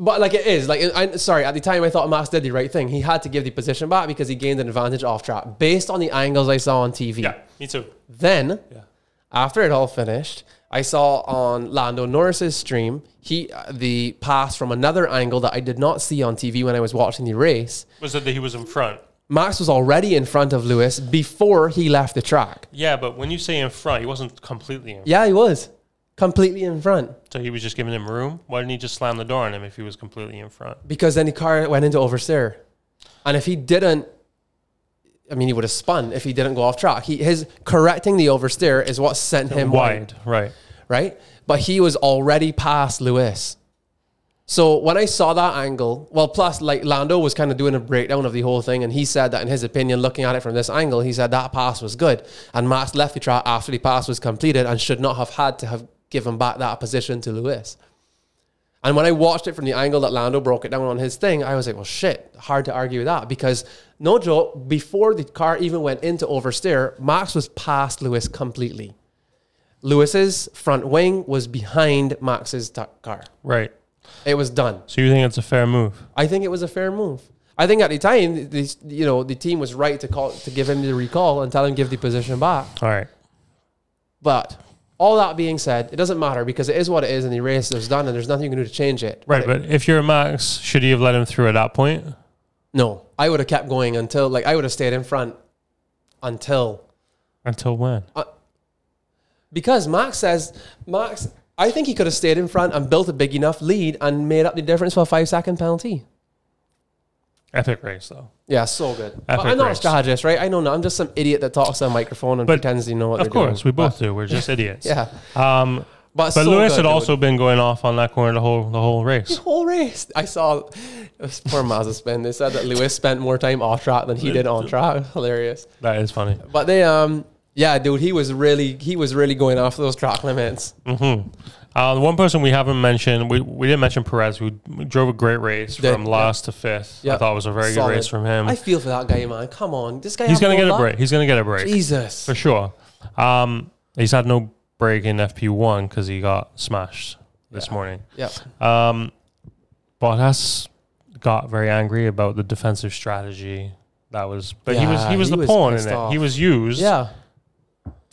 F: But like it is like I- I'm sorry. At the time, I thought Max did the right thing. He had to give the position back because he gained an advantage off track based on the angles I saw on TV.
E: yeah, me too.
F: Then, after it all finished, I saw on Lando Norris's stream he uh, the pass from another angle that I did not see on TV when I was watching the race.
E: Was that he was in front?
F: Max was already in front of Lewis before he left the track.
E: Yeah, but when you say in front, he wasn't completely in.
F: Yeah, he was completely in front
E: So he was just giving him room. Why didn't he just slam the door on him if he was completely in front?
F: because then the car went into oversteer, and if he didn't. I mean, he would have spun if he didn't go off track. He, his correcting the oversteer is what sent him wide.
E: right?
F: right? But he was already past Lewis. So when I saw that angle, well, plus like Lando was kind of doing a breakdown of the whole thing, and he said that in his opinion, looking at it from this angle, he said that pass was good, and Max left the track after the pass was completed and should not have had to have given back that position to Lewis. And when I watched it from the angle that Lando broke it down on his thing, I was like, well, shit, hard to argue with that because no joke, before the car even went into oversteer, Max was past Lewis completely. Lewis's front wing was behind Max's t- car.
E: Right.
F: It was done.
E: So you think it's a fair move?
F: I think it was a fair move. I think at the time, the, you know, the team was right to call to give him the recall and tell him give the position back.
E: All right.
F: But all that being said, it doesn't matter because it is what it is, and the race is done, and there's nothing you can do to change it.
E: Right. But if you're a Max, should you have let him through at that point?
F: No, I would have kept going until like I would have stayed in front until
E: Until when?
F: because Max says Max. I think he could have stayed in front and built a big enough lead and made up the difference for a five second penalty.
E: Epic race, though.
F: Yeah, so good. But
E: Epic
F: I'm not a
E: race.
F: strategist, right? I know not. I'm just some idiot that talks to a microphone and
E: But
F: pretends he know what
E: Of
F: they're doing.
E: course, we both do. We're just idiots.
F: Yeah,
E: Um,
F: but,
E: but
F: so
E: Lewis
F: good,
E: had
F: dude.
E: also been going off on that corner the whole the whole race.
F: whole race. I saw it was poor Mazda spin. They said that Lewis spent more time off track than he did on track. Hilarious.
E: That is funny.
F: But they um yeah, dude, he was really he was really going off those track limits.
E: Uh, the one person we haven't mentioned, we, we didn't mention Perez, who drove a great race
F: Did,
E: from
F: yeah.
E: last to fifth. I thought it was a very
F: Solid.
E: good race from him.
F: I feel for that guy, man. Come on, this guy.
E: He's
F: had
E: gonna
F: more
E: get a
F: luck?
E: break. He's gonna get a break
F: Jesus.
E: for sure. Um, he's had no break in FP one because he got smashed this morning.
F: Yeah.
E: Bottas got very angry about the defensive strategy that was, but he was
F: Yeah,
E: he was
F: he
E: the
F: was
E: pawn in
F: pissed
E: it.
F: off.
E: He was used
F: Yeah.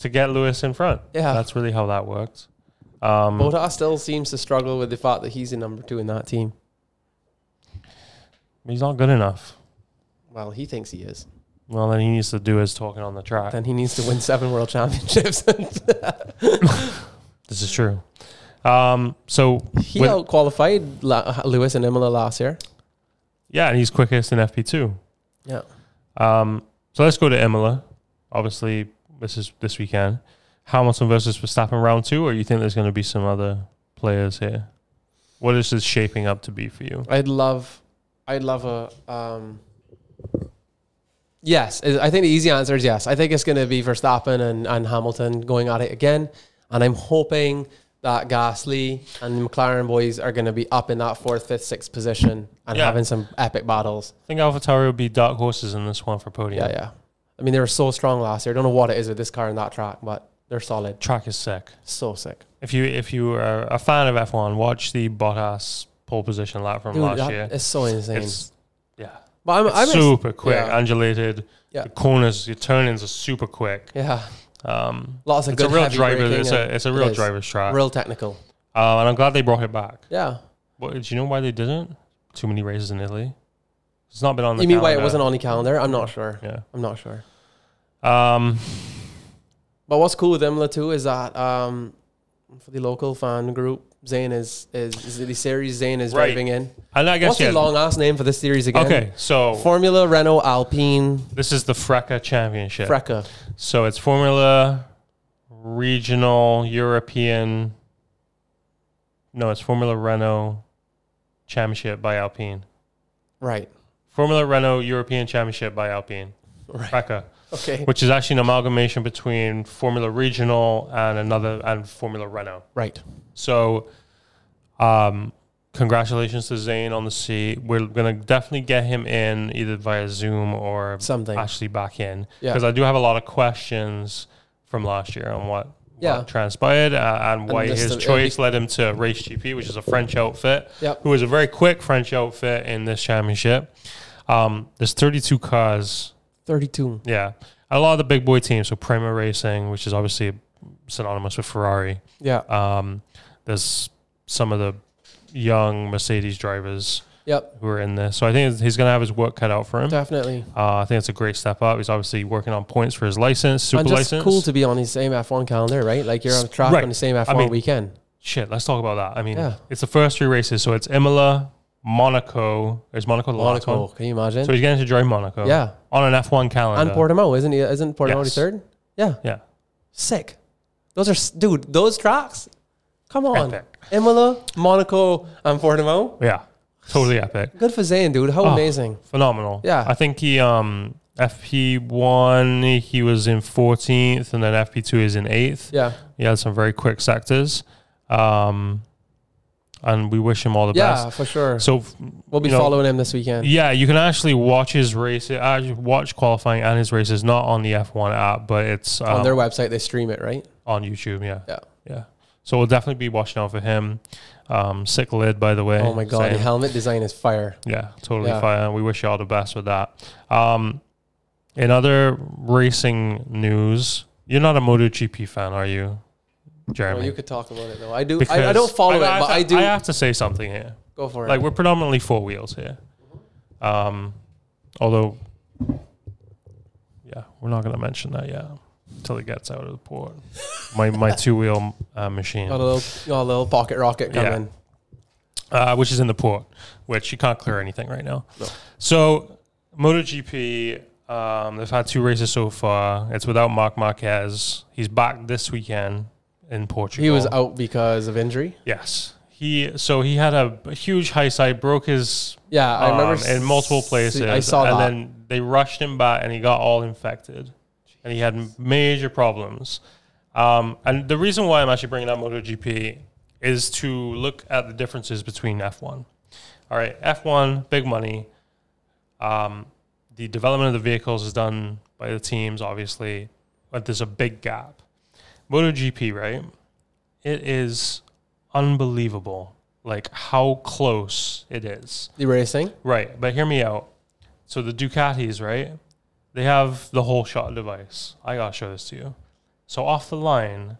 E: to get Lewis in front.
F: Yeah.
E: that's really how that worked. Um,
F: Bottas still seems to struggle with the fact that he's the number two in that team.
E: He's not good enough.
F: Well, he thinks he is.
E: Well, then he needs to do his talking on the track.
F: Then he needs to win seven world championships.
E: This is true. Um, so
F: he
E: with-
F: out qualified La- Lewis and Imola last year.
E: yeah, and he's quickest in FP two.
F: Yeah.
E: Um, so let's go to Imola. Obviously, this is this weekend. Hamilton versus Verstappen round two, or you think there's going to be some other players here? What is this shaping up to be for you?
F: I'd love, I'd love a. Um, yes, I I think the easy answer is yes. I think it's going to be Verstappen and, and Hamilton going at it again, and I'm hoping that Gasly and the McLaren boys are going to be up in that fourth, fifth, sixth position and
E: Yeah.
F: having some epic battles.
E: I think AlphaTauri will be dark horses in this one for podium.
F: Yeah, yeah. I mean, they were so strong last year. I don't know what it is with this car and that track, but they're solid.
E: Track is sick.
F: So sick.
E: If you if you are a fan of F1, watch the Bottas pole position lap from
F: Dude,
E: last
F: that-
E: year.
F: it's so insane.
E: It's- yeah,
F: but I'm, I'm ex-
E: super quick,
F: Yeah.
E: undulated.
F: Yeah.
E: The corners, your turn-ins are super quick.
F: yeah.
E: Um,
F: Lots of
E: it's
F: good
E: a real
F: heavy
E: driver.
F: braking
E: It's a
F: and-
E: it's a
F: it
E: real
F: is.
E: driver's track.
F: Real technical.
E: Uh, and I'm glad they brought it back.
F: Yeah.
E: What, do you know why they didn't? Too many races in Italy. It's not been on the.
F: You mean why it
E: calendar.
F: wasn't on the calendar? I'm not sure.
E: Yeah.
F: I'm not sure.
E: Um,
F: But what's cool with Imla too is that um, for the local fan group, Zane is is, is the series Zane is
E: Right.
F: driving in.
E: and I guess
F: What's
E: yeah.
F: the long ass name for this series again?
E: okay, so
F: Formula Renault Alpine
E: this is the Freca Championship.
F: Freca.
E: So it's Formula Regional European. No, it's Formula Renault Championship by Alpine.
F: Right.
E: Formula Renault European Championship by Alpine.
F: Right.
E: Freca.
F: Okay.
E: Which is actually an amalgamation between Formula Regional and another and Formula Renault.
F: Right.
E: So, um, congratulations to Zane on the seat. We're gonna definitely get him in either via Zoom or
F: Something.
E: actually back in
F: Yeah.
E: because I do have a lot of questions from last year on what.
F: Yeah.
E: What transpired uh, and why
F: this-
E: his
F: it'll be-
E: choice led him to race GP, which is a French outfit,
F: Yep.
E: who is a very quick French outfit in this championship. Um, there's 32 cars
F: Thirty-two.
E: yeah. A lot of the big boy teams, so Prima Racing, which is obviously synonymous with Ferrari.
F: Yeah.
E: Um, there's some of the young Mercedes drivers
F: yep.
E: who are in this. So I think he's going to have his work cut out for him. Uh,
F: Definitely.
E: I think it's a great step up. He's obviously working on points for his license, super
F: And just
E: license.
F: cool to be on the same F1 calendar, right? Like you're on track
E: Right.
F: on the same
E: I
F: F1
E: mean-
F: weekend.
E: Shit, let's talk about that. I mean,
F: Yeah.
E: it's the first three races. So it's Imola, Monaco. Is Monaco the last
F: Monaco.
E: one?
F: Can you imagine?
E: So he's getting to drive Monaco.
F: Yeah.
E: On an F1 calendar.
F: and Portimao, isn't he? Isn't Portimao
E: Yes.
F: the third? Yeah.
E: Yeah.
F: Sick. Those are s- dude. Those tracks. Come on.
E: Epic.
F: Imola, Monaco, and Portimao.
E: Yeah, totally epic.
F: Good for Zayn, dude. How
E: Oh,
F: amazing.
E: phenomenal.
F: Yeah.
E: I think he um FP one he was in 14th, and then FP two is in eighth.
F: Yeah.
E: he had some very quick sectors, um, and we wish him all the
F: Yeah,
E: best.
F: for sure.
E: So f-
F: we'll be
E: you know,
F: following him this weekend.
E: Yeah, you can actually watch his race, uh, watch qualifying and his races, not on the F1 app, but it's um,
F: On their website, they stream it, right?
E: on YouTube. Yeah.
F: Yeah.
E: Yeah. So we'll definitely be watching out for him. Um, sick lid, by the way.
F: Oh my God, the
E: Same.
F: helmet design is fire.
E: Yeah, totally
F: Yeah.
E: fire. We wish you all the best with that. Um, in other racing news, you're not a MotoGP fan, are you, Jeremy?
F: Well, you could talk about it though. I do.
E: Because
F: I, I don't follow it,
E: have
F: but
E: to-
F: I do.
E: I have to say something here.
F: go for it.
E: Like we're predominantly four wheels here. Um, although, yeah, we're not going to mention that yet until it gets out of the port. My my two wheel uh, machine.
F: got a little, got a little pocket rocket
E: Yeah.
F: coming.
E: uh, which is in the port, which you can't clear anything right now. So, MotoGP, um, they've had two races so far. It's without Marc Marquez. He's back this weekend in Portugal.
F: He was out because of injury.
E: Yes. He so he had a, a huge high side, broke his
F: Yeah, I remember
E: arm Um, in multiple
F: see- I
E: places.
F: saw
E: and
F: that.
E: then they rushed him back, and he got all infected, and he had major problems. Um, and the reason why I'm actually bringing up MotoGP is to look at the differences between F1. All right, F1, big money. Um, the development of the vehicles is done by the teams, obviously, but there's a big gap. MotoGP, right? It is unbelievable, like how close it is.
F: The racing.
E: Right, but hear me out. So the Ducatis, right? They have the whole shot device. I gotta show this to you. So off the line,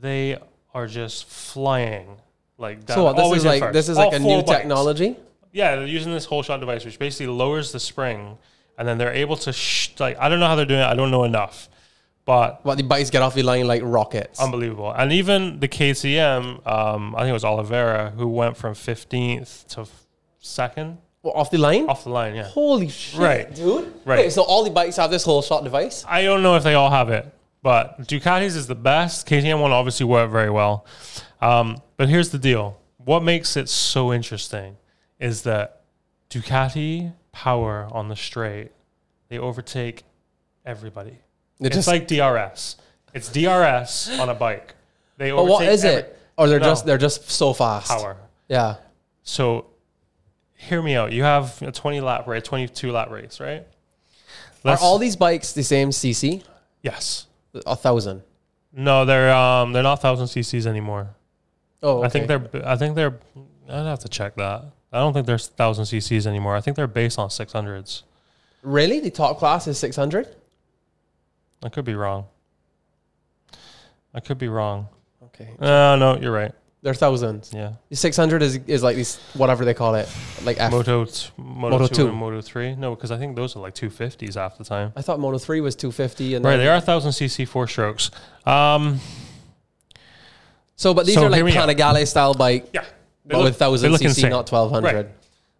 E: they are just flying like that.
F: So what, this
E: always
F: is
E: in
F: like
E: first.
F: this is
E: All
F: like a
E: four
F: new
E: bikes.
F: technology.
E: Yeah, they're using this whole shot device, which basically lowers the spring, and then they're able to sh- like I don't know how they're doing it. I don't know enough, but
F: What the bikes get off the line like rockets.
E: Unbelievable. And even the KTM, um, I think it was Oliveira, who went from 15th to f- second
F: Well, off the line.
E: off the line. Yeah.
F: Holy shit,
E: Right.
F: dude!
E: Right.
F: Wait, so all the bikes have this whole shot device.
E: I don't know if they all have it, but Ducati's is the best. KTM one obviously worked very well. Um, but here's the deal what makes it so interesting is that Ducati power on the straight, they overtake everybody.
F: It
E: it's
F: just-
E: like DRS, it's DRS on a bike. They
F: But
E: overtake
F: what is
E: every-
F: it? Or they're
E: No.
F: just they're just so fast.
E: power.
F: Yeah.
E: So, hear me out. You have a 20 lap race, 22 lap race, right?
F: Are
E: Let's-
F: all these bikes the same CC?
E: yes.
F: A thousand.
E: No, they're um they're not thousand CCs anymore.
F: Oh,
E: I think
F: okay.
E: they're I think they're I'd have to check that. I don't think they're thousand CCs anymore. I think they're based on 600s.
F: really the top class is six hundred.
E: I could be wrong. I could be wrong.
F: Okay,
E: Uh, no, you're right.
F: they're thousands.
E: Yeah,
F: The six hundred is is like these whatever they call it, like F.
E: Moto, t- Moto,
F: Moto
E: two,
F: two.
E: and Moto three. No, because I think those are like 250s half the time.
F: I thought Moto three was two fifty, and
E: Right,
F: then-
E: they are thousand CC four strokes. Um,
F: So, but these
E: So
F: are like
E: here we are.
F: Panigale style bike,
E: yeah,
F: but with thousand CC,
E: insane.
F: not twelve hundred.
E: Right.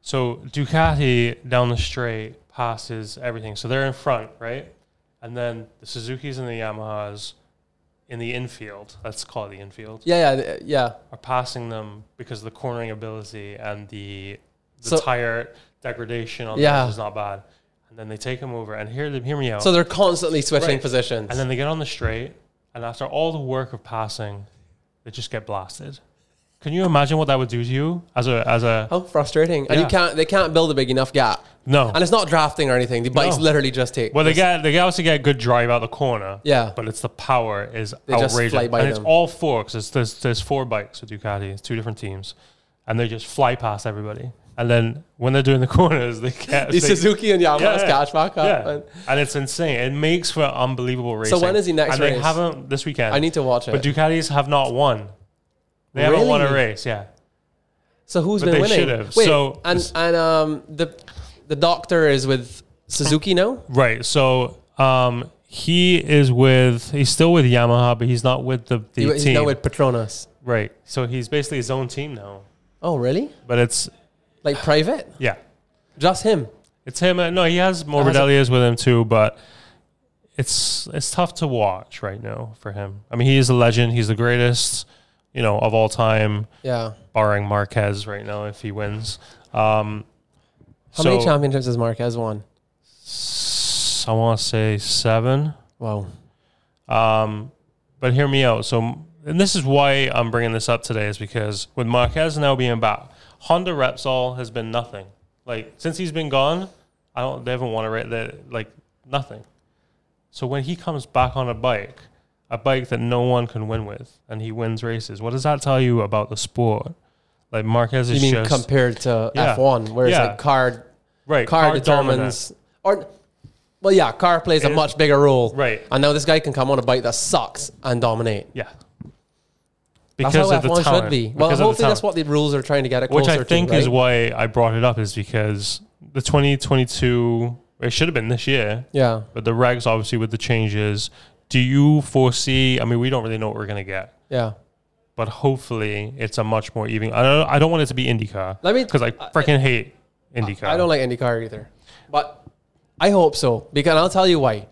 E: So Ducati down the straight passes everything. So they're in front, right? And then the Suzuki's and the Yamahas in the infield, let's call it the infield,
F: Yeah, yeah, th- yeah.
E: are passing them because of the cornering ability and the, the
F: So-
E: tire degradation on
F: Yeah.
E: yeah. is not bad. And then they take them over and hear them hear me out.
F: So they're constantly switching
E: Right.
F: positions.
E: and then they get on the straight, and after all the work of passing, they just get blasted. Can you imagine what that would do to you as a as a
F: How Oh, frustrating! And you
E: Yeah.
F: can't they can't build a big enough gap.
E: no?
F: And it's not drafting or anything. The bikes
E: No.
F: literally just take.
E: Well, they get
F: just-
E: they obviously get a good drive out the corner.
F: Yeah.
E: but it's the power is
F: just
E: outrageous,
F: fly by
E: and it's
F: them.
E: all four because there's there's four bikes with Ducati, it's two different teams, and they just fly past everybody. And then when they're doing the corners, they get
F: the
E: they-
F: Suzuki and Yamaha's catch back up.
E: yeah.
F: and-
E: and it's insane. It makes for unbelievable racing.
F: when is the next
E: and They
F: race?
E: haven't this weekend.
F: I need to watch it.
E: But Ducatis have not won. They haven't won a
F: Really?
E: race. Yeah,
F: so who's
E: But
F: been
E: they
F: winning?
E: should have.
F: Wait,
E: So-
F: and and um the the doctor is with Suzuki now.
E: right. So. um he is with he's still with Yamaha, but he's not with the, the
F: He-
E: team.
F: He's now with Petronas.
E: Right. So he's basically his own team now.
F: Oh, really?
E: But it's
F: Like private?
E: yeah,
F: Just him?
E: it's him. uh, No, he has
F: has
E: Morbidelli is with him too, but it's it's tough to watch right now for him. I mean, he is a legend. He's the greatest. you know, of all time,
F: Yeah.
E: barring Marquez right now if he wins. Um,
F: How many championships has Marquez won?
E: championships? I want to say seven.
F: Wow.
E: Um, but hear me out. So, and this is why I'm bringing this up today is because with Marquez now being back, Honda Repsol has been nothing. Like since he's been gone, I don't. They haven't won a race. they- Like nothing. So when he comes back on a bike, a bike that no one can win with, and he wins races, what does that tell you about the sport? Like Marquez
F: You
E: is
F: mean
E: just
F: compared to
E: Yeah.
F: F1, where
E: Yeah.
F: it's like car,
E: right.
F: car,
E: car dominant.
F: determines. Or, well, yeah, car plays a
E: It-
F: much bigger role.
E: Right.
F: And now this guy can come on a bike that sucks and dominate.
E: Yeah.
F: That's how F1 should be. Well,
E: Because of the
F: hopefully that's
E: talent.
F: what the rules are trying to get it
E: which
F: closer
E: I think
F: to, right?
E: is why I brought it up is because the 2022 it should have been this year,
F: Yeah.
E: but the regs obviously with the changes. Do you foresee? I mean, we don't really know what we're gonna get,
F: Yeah.
E: but hopefully it's a much more even. I don't. I don't want it to be IndyCar.
F: Let me-
E: because I freaking hate IndyCar.
F: I don't like IndyCar either, but I hope so because I'll tell you why.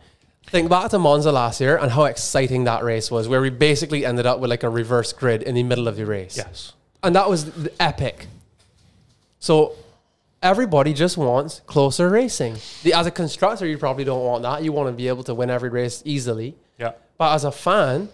F: Think back to Monza last year and how exciting that race was, where we basically ended up with like a reverse grid in the middle of the race.
E: Yes.
F: and that was th- epic. So everybody just wants closer racing. The, as a constructor, you probably don't want that. You want to be able to win every race easily.
E: Yeah.
F: But as a fan,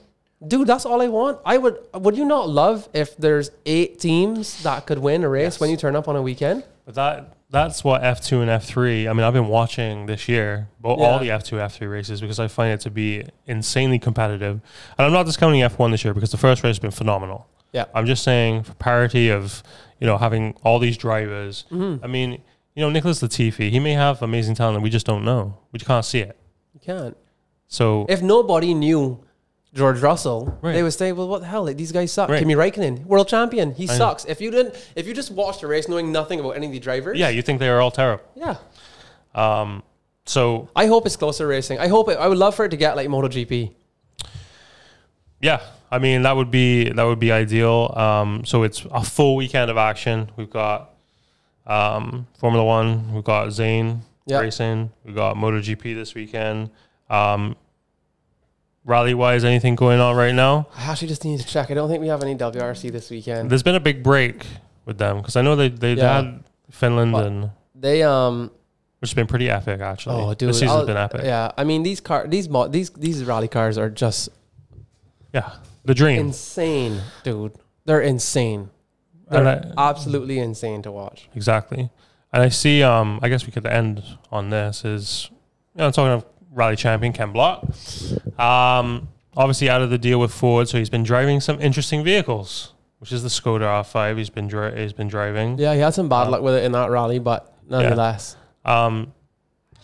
F: dude, that's all I want. I would. Would you not love if there's eight teams that could win a race when you turn up on a weekend?
E: But that that's what F two and F three. I mean, I've been watching this year, but all
F: Yeah.
E: the F two F three races because I find it to be insanely competitive. And I'm not discounting F one this year because the first race has been phenomenal.
F: Yeah.
E: I'm just saying for parity of you know having all these drivers.
F: Mm-hmm.
E: I mean, you know, Nicholas Latifi, he may have amazing talent. We just don't know. We just can't see it.
F: You can't.
E: So
F: if nobody knew George Russell,
E: Right.
F: they would say, "Well, what the hell? Like, these guys suck."
E: Right.
F: Kimi Raikkonen, world champion, he
E: know.
F: sucks. If you didn't, if you just watched the race knowing nothing about any of the drivers,
E: yeah, you think they are all terrible.
F: yeah.
E: So
F: I hope it's closer racing. I hope it, I would love for it to get like MotoGP.
E: Yeah, I mean that would be that would be ideal. Um, so it's a full weekend of action. We've got um, Formula One. We've got Zane
F: Yeah.
E: racing. We've got MotoGP this weekend. Um, rally wise, anything going on right now?
F: I actually just need to check. I don't think we have any WRC this weekend.
E: There's been a big break with them because I know they they
F: Yeah.
E: had Finland and
F: they um
E: which has been pretty epic actually.
F: oh dude,
E: this season's
F: I'll-
E: been epic. Yeah.
F: Yeah, I mean these car these mo- these these rally cars are just
E: the dream.
F: insane, dude. They're insane.
E: And
F: They're
E: I-
F: absolutely insane to watch.
E: Exactly. And I see, um, I guess we could end on this is, you know, I'm talking of rally champion Ken Block. Um, obviously out of the deal with Ford, so he's been driving some interesting vehicles, which is the Skoda R5 he's been, dri- he's been driving.
F: Yeah, he had some bad luck with it in that rally, but nonetheless,
E: Um,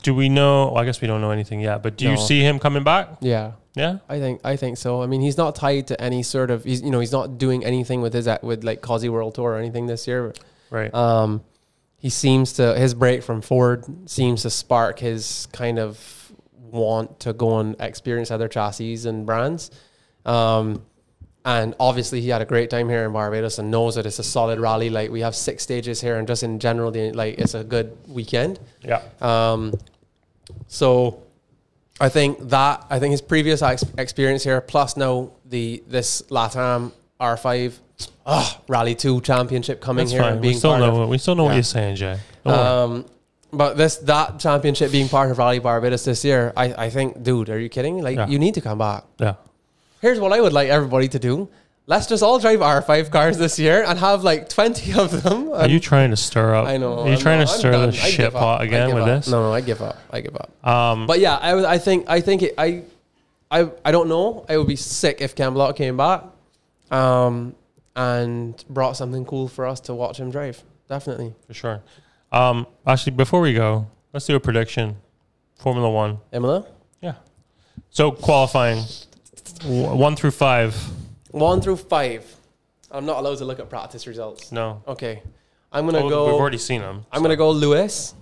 E: do we know, well, I guess we don't know anything yet, but do you
F: No.
E: see him coming back?
F: yeah.
E: Yeah.
F: I think I think so. I mean, he's not tied to any sort of he's you know he's not doing anything with his act- with like Cosy World Tour or anything this year.
E: Right.
F: Um, he seems to his break from Ford seems to spark his kind of want to go and experience other chassis and brands. Um, and obviously, he had a great time here in Barbados and knows that it's a solid rally. Like we have six stages here, and just in general, the, like it's a good weekend.
E: yeah.
F: Um, so I think that I think his previous ex- experience here, plus now the this Latam R5 ugh, Rally Two Championship coming
E: That's
F: here
E: fine.
F: and
E: We
F: being
E: still
F: part
E: know,
F: of.
E: we still know what
F: Yeah.
E: you're saying, Jay. Don't worry.
F: Um, but this that championship being part of Rally Barbados this year, I, I think, dude, are you kidding? Like
E: Yeah.
F: you need to come back.
E: yeah.
F: Here's what I would like everybody to do. Let's just all drive R5 cars this year and have like 20 of them.
E: Are you trying to stir up?
F: I know.
E: Are you
F: I'm
E: trying
F: not-
E: to
F: I'm
E: stir
F: done.
E: the
F: I
E: shit
F: give up.
E: pot
F: I
E: again
F: give
E: with
F: up.
E: this? Um,
F: No, no, I give up. I give up. but yeah, I, was- I think I think it, I, I I don't know. I would be sick if Cam Block came back, um, and brought something cool for us to watch him drive. Definitely,
E: For sure. Um, actually, before we go, let's do a prediction. Formula One.
F: Emila.
E: Yeah. So qualifying, w- one through five.
F: One through five. I'm not allowed to look at practice results.
E: No.
F: Okay, I'm gonna
E: Oh,
F: go.
E: We've already seen them.
F: I'm gonna go Lewis.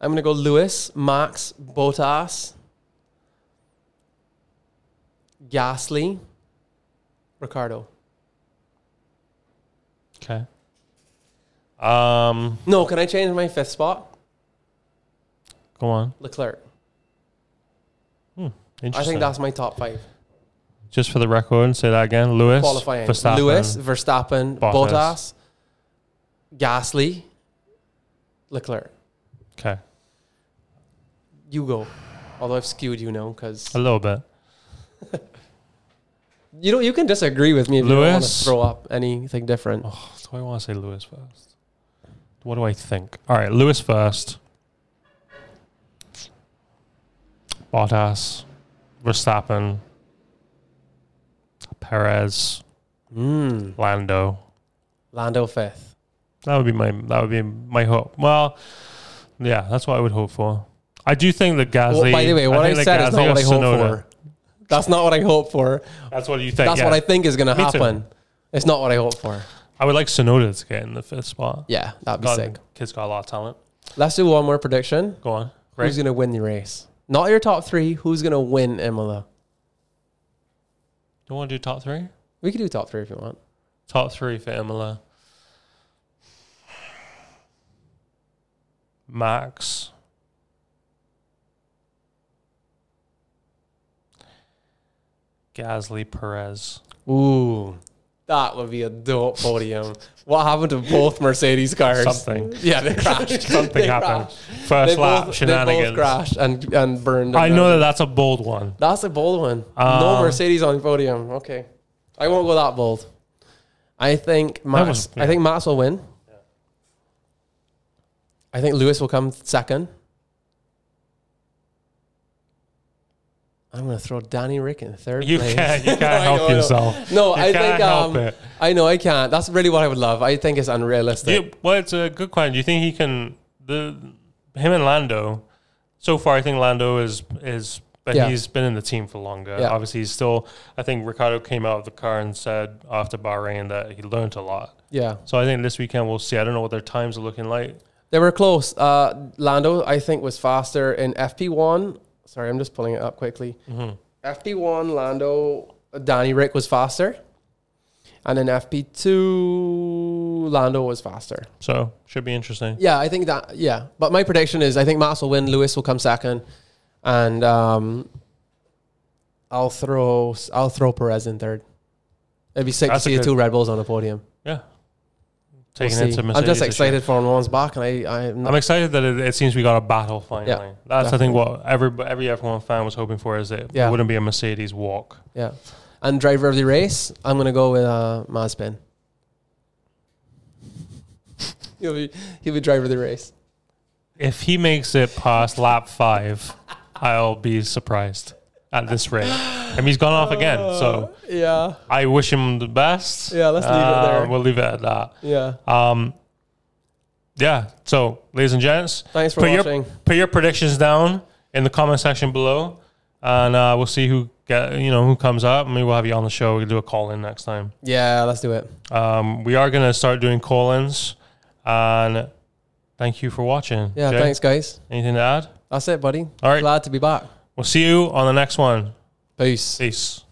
F: I'm gonna go Lewis, Max, Botas, Gasly, Ricardo.
E: Okay. Um,
F: No, can I change my fifth spot?
E: go on.
F: Leclerc. I
E: Interesting.
F: think that's my top five.
E: Just for the record, say that again. Lewis,
F: qualifying.
E: Verstappen,
F: Lewis, Verstappen,
E: Bottas.
F: Bottas, Gasly, Leclerc.
E: Okay,
F: You go. Although I've skewed you now because
E: a little bit.
F: you know you can disagree with me if you don't want
E: Lewis. Oh.
F: to throw up anything different.
E: Do I want to say Lewis first? What do I think? All right, Lewis first. Bottas, Verstappen, Perez, Lando.
F: Hmm. Lando fifth.
E: That would be my that would be my hope. Well, yeah, that's what I would hope for. I do think that Gasly.
F: Well, by the way, what I,
E: think that
F: said
E: Gasly
F: is not what
E: or
F: I hope
E: Tsunoda-
F: for. That's not what I hope for.
E: That's what you think.
F: That's
E: yeah.
F: what I think is going to
E: Me too.
F: happen. It's not what I hope for.
E: I would like Sonoda to get in the fifth spot.
F: Yeah, that'd be
E: God,
F: sick.
E: Kid's got a lot of talent.
F: Let's do one more prediction.
E: Go on.
F: Who's going to win the race? Not your top three. Who's going to win, Imola?
E: Do you want to do top three?
F: We could do top three if you want.
E: Top three for Imola. Max. Gasly Perez.
F: Ooh, that would be a dope podium. what happened to both Mercedes cars?
E: Something.
F: Yeah, they crashed.
E: Something
F: They
E: happened.
F: crashed.
E: First
F: They
E: lap
F: both, they both
E: shenanigans.
F: crashed and, and burned.
E: I
F: and
E: know that that's a bold one.
F: That's a bold one. no
E: Um,
F: Mercedes on podium. Okay, I won't go that bold. I think Max.
E: was-
F: I think Max will win. I think Lewis will come second. I'm gonna throw Danny Rick in third
E: You
F: place.
E: can't. You can't
F: I
E: help
F: know, I know.
E: yourself.
F: No,
E: You
F: I
E: can't
F: think
E: help
F: um,
E: it.
F: I know I can't. That's really what I would love. I think it's unrealistic.
E: Yeah, well, it's a good question. Do you think he can the him and Lando? So far, I think Lando is is, but
F: Yeah.
E: he's been in the team for longer.
F: Yeah.
E: Obviously, he's still. I think Ricardo came out of the car and said after Bahrain that he learned a lot.
F: yeah.
E: So I think this weekend we'll see. I don't know what their times are looking like.
F: They were close. Uh, Lando, I think, was faster in FP1. Sorry, I'm just pulling it up quickly.
E: Mm-hmm.
F: FP1, Lando, Danny Rick was faster. And in FP2, Lando was faster.
E: So should be interesting.
F: Yeah, I think that, yeah. But my prediction is I think Max will win, Lewis will come second. And um, I'll throw I'll throw Perez in third. It'd be sick
E: That's a
F: to see the
E: good-
F: two Red Bulls on a podium.
E: Yeah,
F: We'll
E: taking
F: see.
E: it to Mercedes.
F: I'm just
E: this year.
F: excited for one's back, and I I'm not
E: I'm excited that it, it seems we got a battle finally.
F: Yeah,
E: That's I think what every every F1 fan was hoping for is it
F: Yeah.
E: wouldn't be a Mercedes walk.
F: Yeah. And driver of the race, I'm gonna go with uh, Mazpin. he'll be he'll be driver of the race.
E: If he makes it past lap five, I'll be surprised at this rate. And he's gone off again, so
F: Yeah,
E: I wish him the best. Uh,
F: Yeah, let's leave it there.
E: We'll leave it at that. Um,
F: yeah.
E: Uh, Yeah. So, ladies and gents,
F: Thanks for
E: put
F: watching.
E: Your, put your predictions down in the comment section below, and uh, we'll see who get you know who comes up. Maybe we'll have you on the show. We can do a call in next time.
F: yeah, let's do it.
E: Um, we are gonna start doing call ins, and thank you for watching.
F: Yeah,
E: Jay,
F: thanks guys.
E: Anything to add?
F: That's it, buddy.
E: All right.
F: Glad to be back.
E: We'll see you on the next one.
F: Peace.
E: Peace.